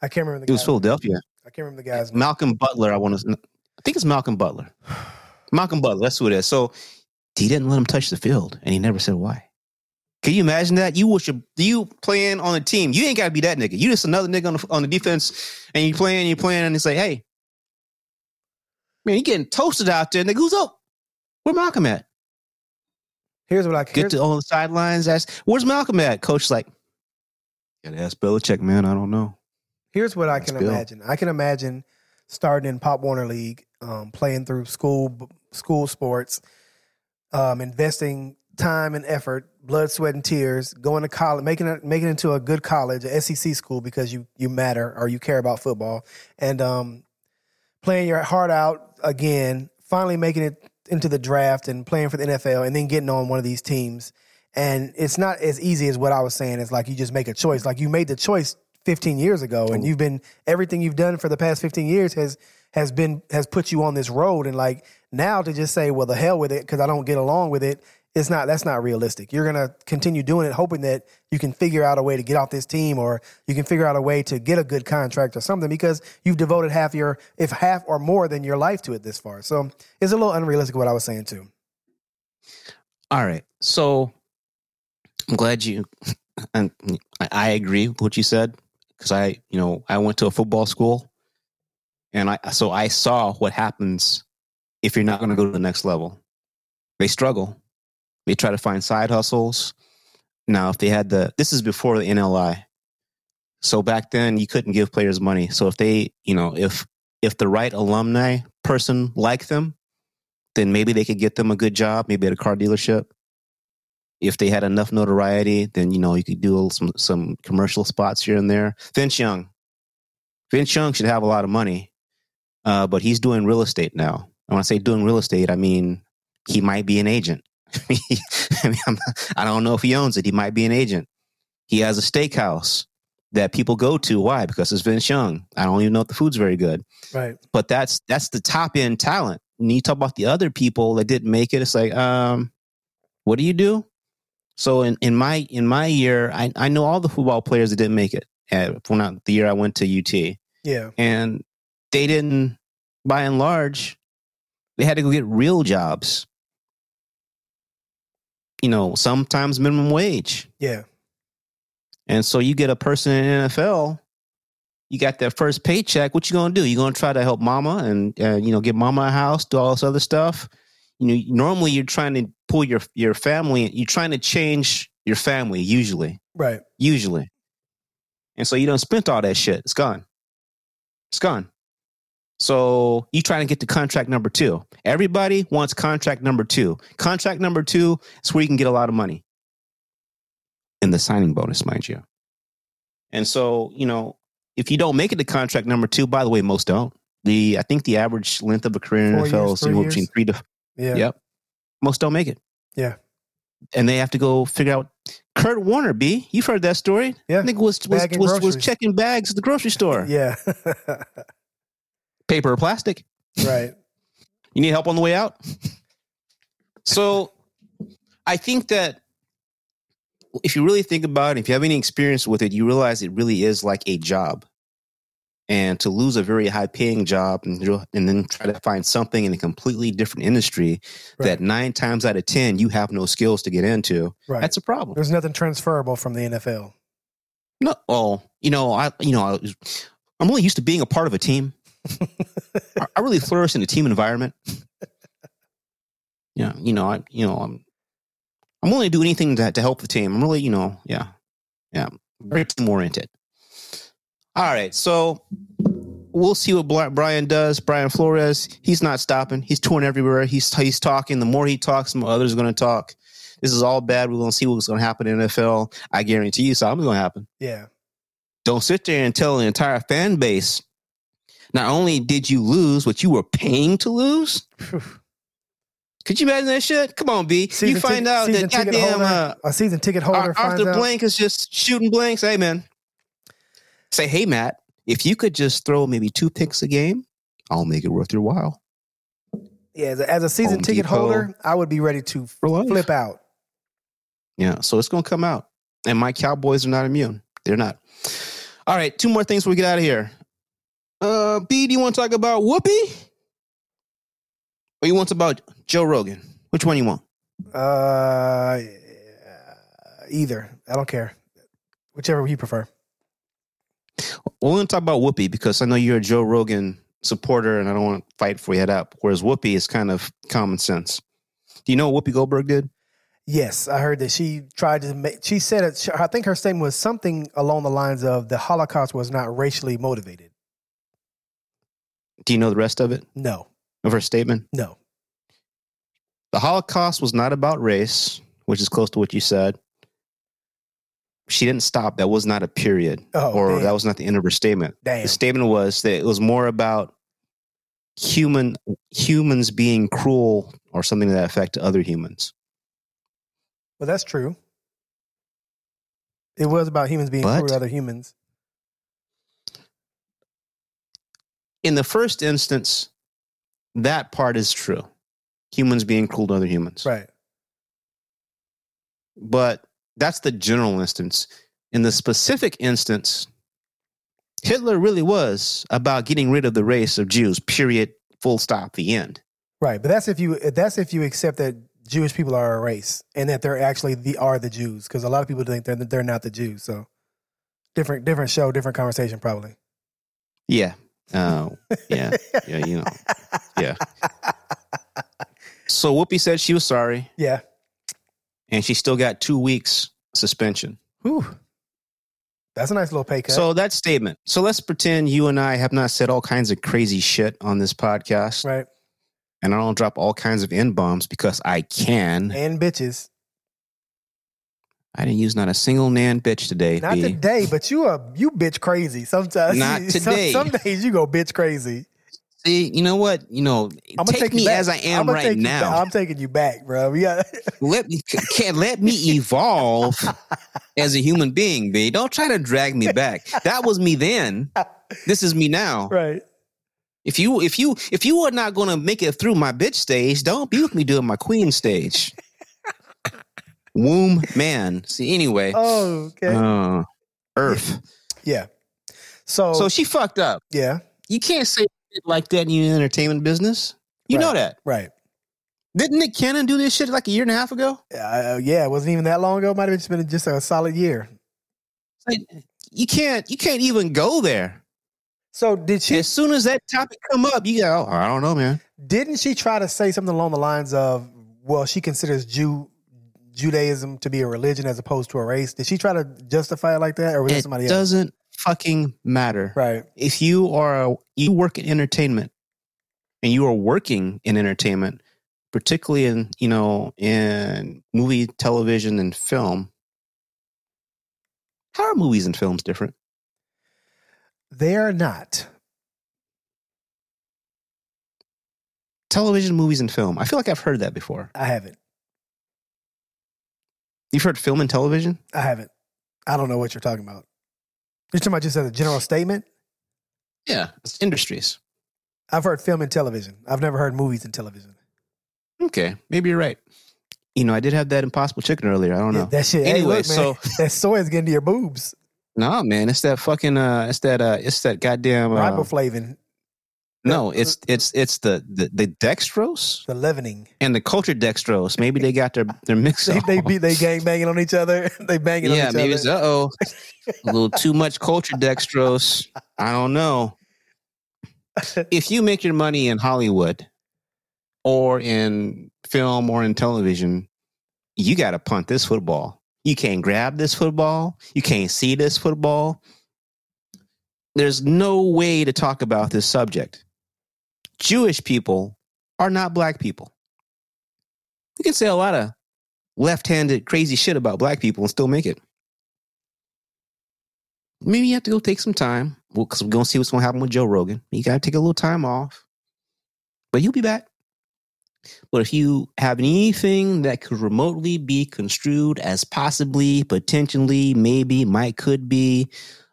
I can't remember the. It was guy. Philadelphia. I can't remember the guy's name. Malcolm Butler. I want to. I think it's Malcolm Butler. Malcolm Butler. That's who it is. So he didn't let him touch the field, and he never said why. Can you imagine that? You wish you- you playing on a team. You ain't got to be that nigga. You just another nigga on the, on the defense, and you playing, you playing, and they say, "Hey, man, you getting toasted out there, nigga. Who's up? Where Malcolm at? Here's what I Get here's, to on the sidelines. Ask where's Malcolm at? Coach like, gotta ask Belichick, man. I don't know. here's what I Let's can go. imagine. I can imagine starting in Pop Warner League, um, playing through school school sports, um, investing time and effort, blood, sweat, and tears, going to college, making it making it into a good college, a SEC school because you you matter or you care about football, and um, playing your heart out again, finally making it into the draft and playing for the NFL, and then getting on one of these teams. And it's not as easy as what I was saying. It's like you just make a choice. Like you made the choice 15 years ago, and you've been everything you've done for the past 15 years has has been has put you on this road. And like now to just say, well, the hell with it, because I don't get along with it. It's not that's not realistic. You're gonna continue doing it, hoping that you can figure out a way to get off this team, or you can figure out a way to get a good contract or something, because you've devoted half your, if half or more than your life to it this far. So it's a little unrealistic what I was saying too. All right. So I'm glad you and I- I agree with what you said because I, you know, I went to a football school and I so I saw what happens if you're not going to go to the next level. They struggle. They try to find side hustles. Now, if they had the this is before the NLI. So back then you couldn't give players money. So if they, you know, if if the right alumni person liked them, then maybe they could get them a good job, maybe at a car dealership. If they had enough notoriety, then you know you could do some some commercial spots here and there. Vince Young, Vince Young should have a lot of money, uh, but he's doing real estate now. And when I say doing real estate, I mean he might be an agent. I, mean, I'm not- I don't know if he owns it. He might be an agent. He has a steakhouse that people go to. Why? Because it's Vince Young. I don't even know if the food's very good Right. but that's that's the top end talent. When you talk about the other people that didn't make it, it's like, um, what do you do? So in, in my in my year, I, I know all the football players that didn't make it at when I, the year I went to UT, Yeah. and they didn't. By and large, they had to go get real jobs. You know, sometimes minimum wage. Yeah. And so you get a person in NFL, you got that first paycheck. What you gonna do? You gonna try to help mama and uh, you know get mama a house, do all this other stuff. You know, normally you're trying to pull your your family. You're trying to change your family usually, Right. usually. And so you don't spent all that shit. It's gone. It's gone. So you trying to get to contract number two. Everybody wants contract number two. Contract number two is where you can get a lot of money. And the signing bonus, mind you. And so, you know, if you don't make it to contract number two, by the way, most don't. The I think the average length of a career in Four NFL years, is three anywhere years? between three to Yeah. Yep. Most don't make it. Yeah. And they have to go figure out Kurt Warner, B. You've heard that story. Yeah. Nigga was was, Bagging was, was groceries. checking bags at the grocery store. Yeah. Paper or plastic. right. You need help on the way out? so I think that if you really think about it, if you have any experience with it, you realize it really is like a job. And to lose a very high paying job and, you'll- and then try to find something in a completely different industry Right. that nine times out of 10, you have no skills to get into, Right. that's a problem. There's nothing transferable from the NFL. No, oh, you know, I, you know, I was, I'm really used to being a part of a team. I, I really flourish in a team environment. Yeah, you know, I, you know, I'm, I'm willing to do anything to, to help the team. I'm really, you know, yeah, yeah, very team oriented. All right, so we'll see what Bla- Brian does. Brian Flores, he's not stopping. He's touring everywhere. He's he's talking. The more he talks, the more others are going to talk. This is all bad. We're going to see what's going to happen in NFL. I guarantee you, something's going to happen. Yeah. Don't sit there and tell the entire fan base. Not only did you lose what you were paying to lose, could you imagine that shit? Come on, B. you Season find tic- out season that ticket goddamn holder, uh, a season ticket Ar- holder finds Arthur out. Blank is just shooting blanks. Hey, man. Say, hey, Matt, if you could just throw maybe two picks a game, I'll make it worth your while. Yeah, as a, as a season Home ticket Depot. holder, I would be ready to For life. flip out. Yeah, so it's going to come out. And my Cowboys are not immune. They're not. All right, two more things before we get out of here. Uh, B, do you want to talk about Whoopi? Or you want to talk about Joe Rogan? Which one you want? Uh, either I don't care, whichever you prefer. Well, we're going to talk about Whoopi because I know you're a Joe Rogan supporter and I don't want to fight for you head up. Whereas Whoopi is kind of common sense. Do you know what Whoopi Goldberg did? Yes, I heard that she tried to make. She said it. I think her statement was something along the lines of the Holocaust was not racially motivated. Do you know the rest of it, No, of her statement? no. The Holocaust was not about race, which is close to what you said. She didn't stop. That was not a period, Oh, or damn. that was not the end of her statement. Damn. The statement was that it was more about human humans being cruel or something to that affect to other humans. Well, that's true. It was about humans being But- cruel to other humans. In the first instance, that part is true. Humans being cruel to other humans. Right. but that's the general instance. In the specific instance, Hitler really was about getting rid of the race of Jews, period, full stop, the end. Right. But that's if you that's if you accept that Jewish people are a race and that they're actually the are the Jews because a lot of people think they're they're not the Jews. So different different show, different conversation probably. Yeah. Uh, yeah. Yeah. You know, yeah. So Whoopi said she was sorry Yeah. and she still got two weeks suspension. Whew. That's a nice little pay cut. So that statement. So let's pretend you and I have not said all kinds of crazy shit on this podcast right. and I don't drop all kinds of N bombs because I can. And bitches. I didn't use not a single nan bitch today. Not B. today, but you are you bitch crazy sometimes. Not today. Some, some days you go bitch crazy. See, you know what? You know, I'm gonna take, take you me back. as I am I'ma right take you back. now. I'm taking you back, bro. We got Let me can let me evolve as a human being, B. Don't try to drag me back. That was me then. This is me now. right. If you if you if you are not gonna make it through my bitch stage, don't be with me doing my queen stage. Womb man. See, anyway. Oh, okay. Uh, Earth. yeah. So, So she fucked up. yeah, You can't say shit like that in the entertainment business. You know Right. that. right. Didn't Nick Cannon do this shit like a year and a half ago? Uh, yeah, it wasn't even that long ago. Might have just been just a solid year. Like, you can't you can't even go there. So did she? As soon as that topic come up, you go, oh, I don't know, man. Didn't she try to say something along the lines of, "Well, she considers Jew Judaism to be a religion as opposed to a race"? Did she try to justify it like that, or was it It somebody else? doesn't fucking matter. Right. If you are a, you work in entertainment and you are working in entertainment, particularly in you know in movie, television, and film. How are movies and films different? They are not. Television, movies, and film. I feel like I've heard that before. I haven't. You've heard film and television? I haven't. I don't know what you're talking about. You're talking about just as a general statement. Yeah, it's industries. I've heard film and television. I've never heard movies and television. Okay, maybe you're right. You know, I did have that impossible chicken earlier. I don't know. Yeah, that shit. Oh, Anyway, Anyway, hey, so so- that soy is getting to your boobs. nah, man, it's that fucking uh, it's that uh, it's that goddamn uh, Riboflavin, no, it's it's it's the, the the dextrose the leavening. and the culture dextrose. Maybe they got their their mix They, up. they be they gang banging on each other. they banging on yeah, each maybe other. it's uh oh, a little too much culture dextrose. I don't know. If you make your money in Hollywood, or in film, or in television, you got to punt this football. You can't grab this football. You can't see this football. There's no way to talk about this subject. Jewish people are not black people. You can say a lot of left handed crazy shit about black people and still make it. maybe you have to go take some time because we're going to see what's going to happen with Joe Rogan. You got to take a little time off, but you'll be back. But if you have anything that could remotely be construed as possibly, potentially, maybe, might, could be,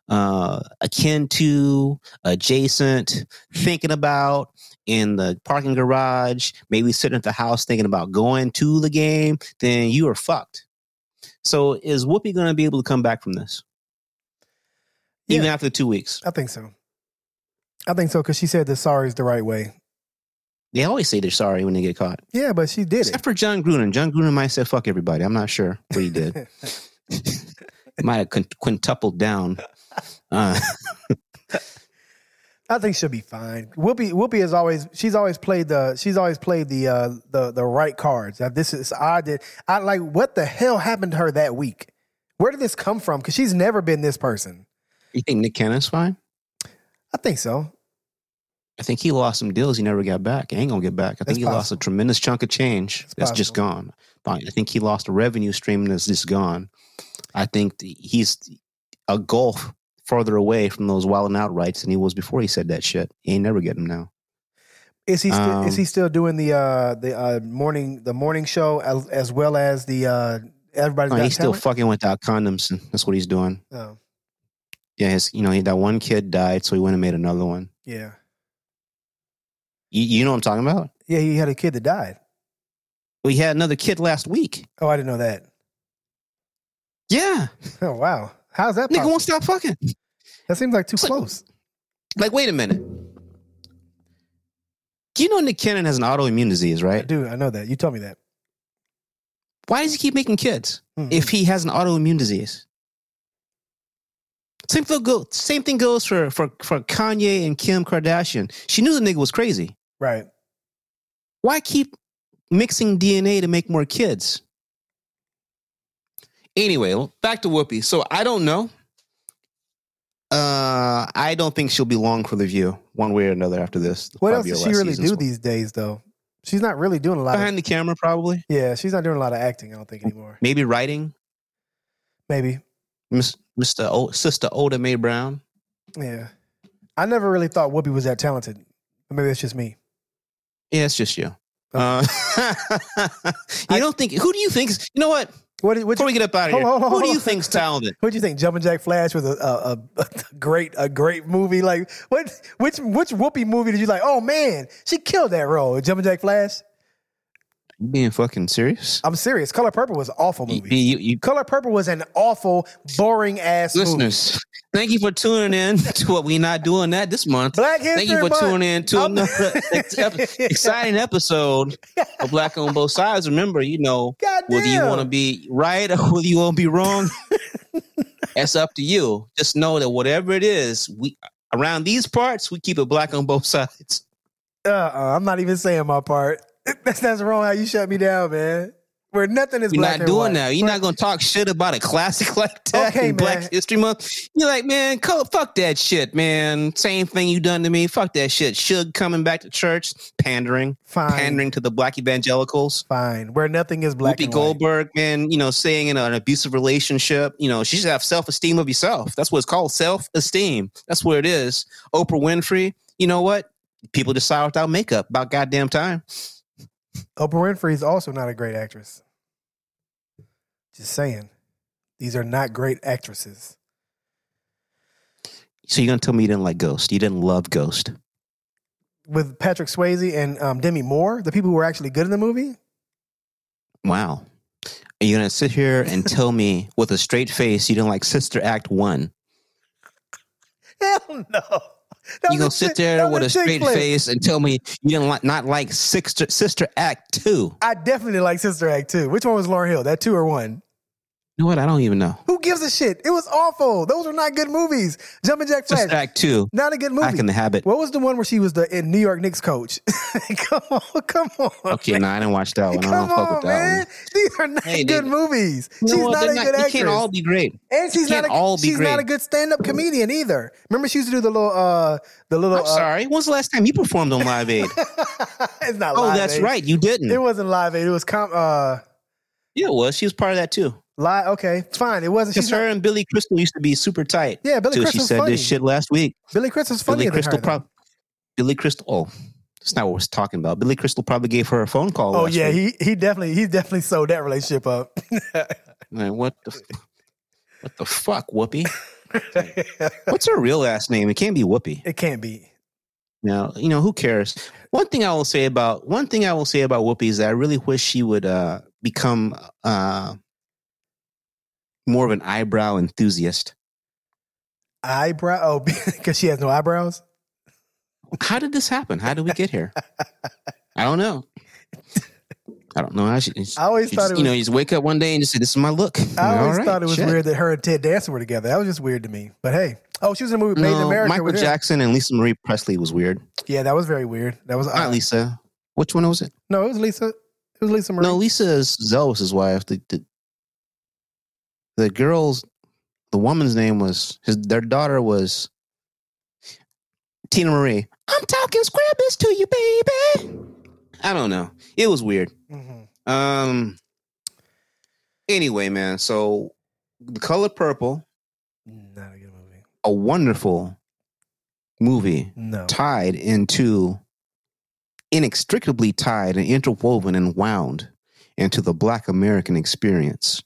uh, akin to, adjacent, thinking about in the parking garage, maybe sitting at the house thinking about going to the game, then you are fucked. So is Whoopi going to be able to come back from this? Even Yeah. after the two weeks, I think so. I think so because she said that sorry is the right way. they always say they're sorry when they get caught. Yeah, but she did Except for John Gruden. John Gruden might have said "fuck everybody." I'm not sure what he did. it. might have quint- quintupled down. Uh, I think she'll be fine. Whoopi Whoopi has always she's always played the she's always played the uh, the the right cards. That this is I did I like what the hell happened to her that week? Where did this come from? Because she's never been this person. you think Nick Cannon's fine? I think so. I think he lost some deals he never got back. He ain't gonna get back. I think That's he lost a possible. tremendous chunk of change that's, just gone. Fine. I think he lost a revenue stream that's just gone. I think th- he's a gulf further away from those wild and out rights than he was before he said that shit. He ain't never getting them now. Is he still is Um, he still doing the uh, the uh, morning the morning show as, as well as the uh, everybody's No, got Oh, he's still Talent? fucking without condoms. And that's what he's doing. Oh, Yeah, his, you know, he, that one kid died, so he went and made another one. yeah, You, you know what I'm talking about? yeah. He had a kid that died. We had another kid last week. Oh, I didn't know that. Yeah, Oh wow, how's that? nigga Possible? won't stop fucking. That seems like too It's like- close. Like, wait a minute. Do you know Nick Cannon has an autoimmune disease, I right? do. I know that. You told me that. Why does he keep making kids Mhm. if he has an autoimmune disease? Same thing goes. Same thing goes for for for Kanye and Kim Kardashian. She knew the nigga was crazy. right. Why keep mixing DNA to make more kids? Anyway, back to Whoopi. So I don't know. Uh, I don't think she'll be long for the view, one way or another. After this, What Probably else her does she last really season's do one. these days, though? She's not really doing a lot. Of, behind the camera? Probably, yeah, she's not doing a lot of acting. I don't think anymore. maybe writing. Maybe. Miss, Mr. O, Sister Oda Mae Brown. Yeah. I never really thought Whoopi was that talented. Or Maybe that's just me. Yeah, it's just you. Uh, you I- don't think? Who do you think? is- You know what? What? did- What? Before you- we get up out of here, Hold on, hold who do on. you think's talented? What do you think? Jumpin' Jack Flash was a, a, a, a great a great movie. Like what? Which which Whoopi movie did you like? Oh man, she killed that role. Jumpin' Jack Flash. You being fucking serious? I'm serious. Color Purple was an awful You, movie. you, you Color Purple was an awful, boring ass movie. listeners, thank you for tuning in to what we not doing that this month. Black History Thank you for Month. tuning in to I'm- another ex- ep- exciting episode of Black on Both Sides. Remember, you know, God whether you damn. want to be right or whether you want to be wrong, that's up to you. Just know that whatever it is, we around these parts, we keep it black on both sides. Uh-uh, I'm not even saying my part. That's, that's wrong how you shut me down, man. Where nothing is We're black not and doing white. that. You're not going to talk shit about a classic like that Okay, in Black man. History Month. You're like, man, co- fuck that shit, man. Same thing you done to me. Fuck that shit. Shug coming back to church, pandering, Fine. pandering to the black evangelicals. Fine. Where nothing is black Whoopi and white. Goldberg, man, you know, saying in an abusive relationship, you know, she should have self esteem of yourself. That's what it's called self esteem. That's where it is. Oprah Winfrey, you know what? People decide without makeup about goddamn time. Oprah Winfrey is also not a great actress. Just saying. These are not great actresses. So you're going to tell me you didn't like Ghost? You didn't love Ghost? With Patrick Swayze and um, Demi Moore, the people who were actually good in the movie, Wow. Are you going to sit here and tell me with a straight face you didn't like Sister Act 1? hell no. That You was gonna a sit chick- there that with was a chick straight flick. face and tell me you didn't like not like Sister Sister Act Two? I definitely like Sister Act 2. Which one was Lauren Hill? That two or one? You know what? I don't even know. Who gives a shit? It was awful. Those were not good movies. Jumpin' Jack Flash. Sister Act Two. Not a good movie. Back in the habit. What was the one where she was the in New York Knicks coach? come on, come on. Okay, no, I didn't watch that one. I Come don't fuck on, with that man. one. These are not Hey, good they- movies. You know she's what? not They're a good they actress. can't all be great. and she's can't not a, all be she's not great. a good stand-up comedian either. Remember she used to do the little uh the little I'm sorry. When's the last time you performed on Live Aid? uh, it's not oh, Live that's Aid. right. You didn't. It wasn't live aid. It was com- uh yeah, it was. She was part of that too. Lie. Okay, fine. It wasn't. Because She's not, her and Billy Crystal used to be super tight. yeah, Billy Till Crystal's she said funny. this shit last week. Billy Crystal's Billy funny. than Crystal her, though. probably. Billy Crystal. Oh, that's not what we're talking about. Billy Crystal probably gave her a phone call. Oh last yeah, week. he he definitely he definitely sold that relationship up. Man, what the f- what the fuck, Whoopi? What's her real last name? It can't be Whoopi. it can't be. Now, you know, who cares? One thing I will say about one thing I will say about Whoopi is that I really wish she would uh become uh more of an eyebrow enthusiast. Eyebrow. Oh, because she has no eyebrows. How did this happen? How did we get here? I don't know. I don't know how she, I always she thought just, it was. you know, you just wake up one day and just say, This is my look. I Like, always all right, thought it was shit. weird that her and Ted Danson were together. That was just weird to me. But hey, oh, she was in the movie Made in No, America. Michael with him. Jackson and Lisa Marie Presley was weird. Yeah, that was very weird. That was Not odd. Lisa. Which one was it? no, it was Lisa. It was Lisa Marie. No, Lisa is Zelus's wife. The, the the girl's the woman's name was his their daughter was Tina Marie. I'm talking squibbles to you, baby. I don't know. It was weird. Mhm. Um anyway, man, so the color purple, Not a good movie. a wonderful movie No. tied into inextricably tied and interwoven and wound into the black american experience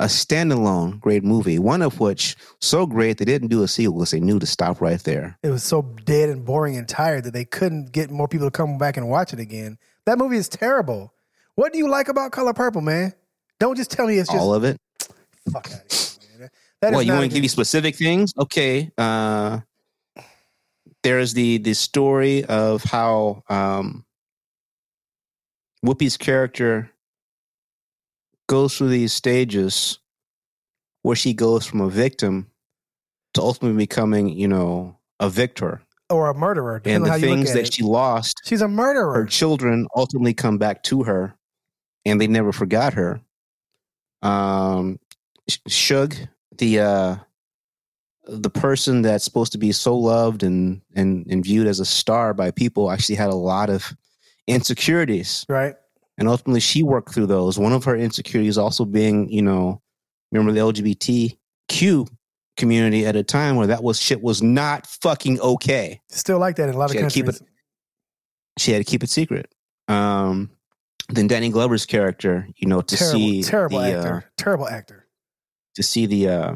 a standalone great movie one of which so great they didn't do a sequel because they knew to stop right there It was so dead and boring and tired that they couldn't get more people to come back and watch it again. That movie is terrible. What do you like about Color Purple, man? Don't just tell me it's just all of it fuck out of here, man. That is well you not want to a good- give you specific things okay uh there's the the story of how um whoopi's character goes through these stages where she goes from a victim to ultimately becoming you know a victor or a murderer, depending and on the how you look things at that it. she lost She's a her murderer. children ultimately come back to her and they never forgot her um Sh- shug the uh the person that's supposed to be so loved and and and viewed as a star by people actually had a lot of insecurities Right? and ultimately she worked through those one of her insecurities also being you know remember the lgbtq community at a time where that was shit was not fucking okay Still like that in a lot She of had to countries. keep she had to keep it secret. Um, then Danny Glover's character, you know, to terrible, see terrible the, actor. uh, terrible actor. to see the uh,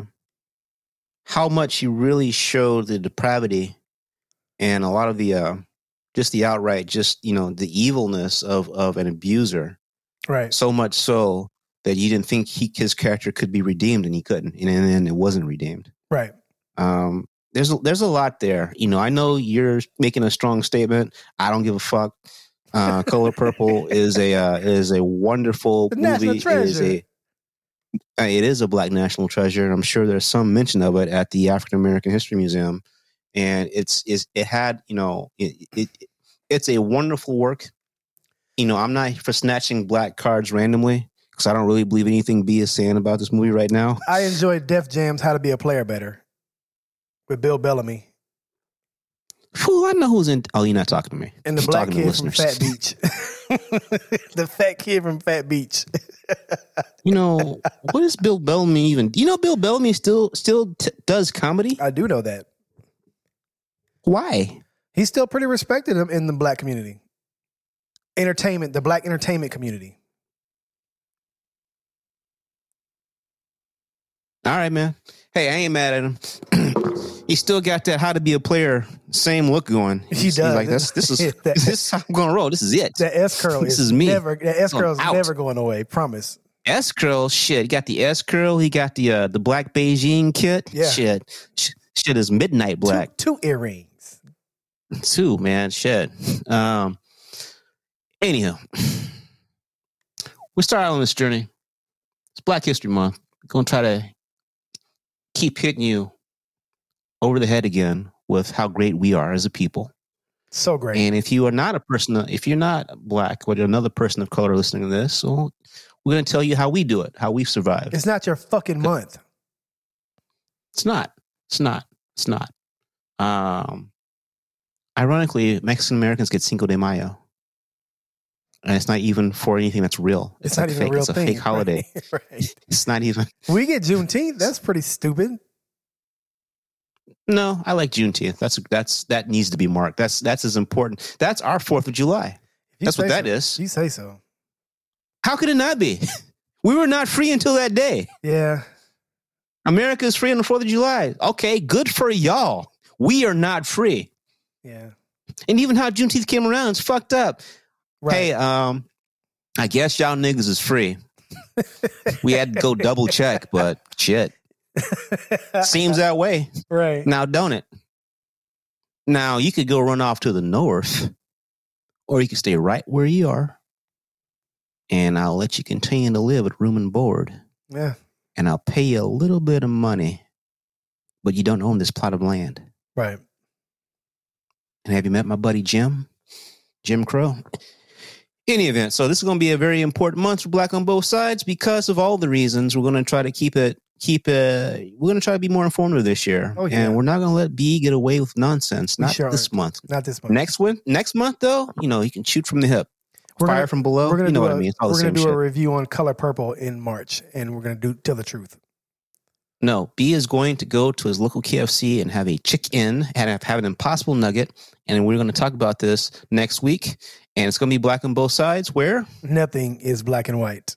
how much he really showed the depravity and a lot of the uh, just the outright, just you know, the evilness of of an abuser. Right. So much so that you didn't think he his character could be redeemed, and he couldn't, and then it wasn't redeemed. Right. Um, there's a, there's a lot there. You know, I know you're making a strong statement. I don't give a fuck. Uh, Color Purple is a uh, is a wonderful The national movie. It is a uh, it is a black national treasure, and I'm sure there's some mention of it at the African American History Museum. And it's is it had you know it, it it's a wonderful work. You know, I'm not for snatching black cards randomly because I don't really believe anything B is saying about this movie right now. I enjoyed Def Jam's How to Be a Player Better with Bill Bellamy Fool, I know who's in. Oh, you're not talking to me. and the You're black talking to kid from listeners. Fat Beach. the fat kid from Fat Beach. You know what is Bill Bellamy even? You know Bill Bellamy still still t- does comedy. I do know that. Why? He's still pretty respected in- in the black community. Entertainment, the black entertainment community. All right, man. Hey, I ain't mad at him. he still got that how to be a player same look going. He He's- he's does. like that's this is That- this is how I'm gonna roll. This is it. That S curl This is, is me. never that S curl is I'm out. never going away, promise. S curl shit. He got the S curl. He got the uh, the black Beijing kit. Yeah. Shit. Sh- Shit is midnight Two- black. Two, earrings. too, man. Shit. Um. Anyhow, we start out on this journey. It's Black History Month. We're gonna try to keep hitting you over the head again with how great we are as a people. So great. And if you are not a person, if you're not black, or you're another person of color listening to this, so we're gonna tell you how we do it, how we survive. it's not your fucking month. It's not. It's not. It's not. Um, ironically, Mexican Americans get Cinco de Mayo. and it's not even for anything that's real. It's, like not even fake. a real It's a thing. fake holiday. Right, right. It's not even. We get Juneteenth. That's pretty stupid. No, I like Juneteenth. That's that's that needs to be marked. That's that's as important. That's our Fourth of July. If you that's what say that so. is. You say so. How could it not be? we were not free until that day. Yeah. America is free on the Fourth of July. Okay, good for y'all. We are not free. Yeah. And even how Juneteenth came around is fucked up. Right. Hey, um, I guess y'all niggas is free. we had to go double check, but shit, seems that way. right. Now, don't it? Now, you could go run off to the north, or you could stay right where you are, and I'll let you continue to live at room and board, Yeah. and I'll pay you a little bit of money, but you don't own this plot of land. Right. And have you met my buddy Jim? Jim Crow? Any event, so this is going to be a very important month for Black on both sides because of all the reasons. We're going to try to keep it, keep it. We're going to try to be more informative this year, Oh, yeah. and we're not going to let B get away with nonsense. We Not sure this aren't. month. Not this one. Next one, next month though, you know, you can shoot from the hip, we're fire gonna, from below. we're gonna You know do what a, I mean? It's all the we're gonna same do shit. a review on Color Purple in March, and we're gonna do tell the truth. No, B is going to go to his local KFC and have a chicken and have- have an impossible nugget, and we're going to talk about this next week. And it's going to be black on both sides. Where? Nothing is black and white.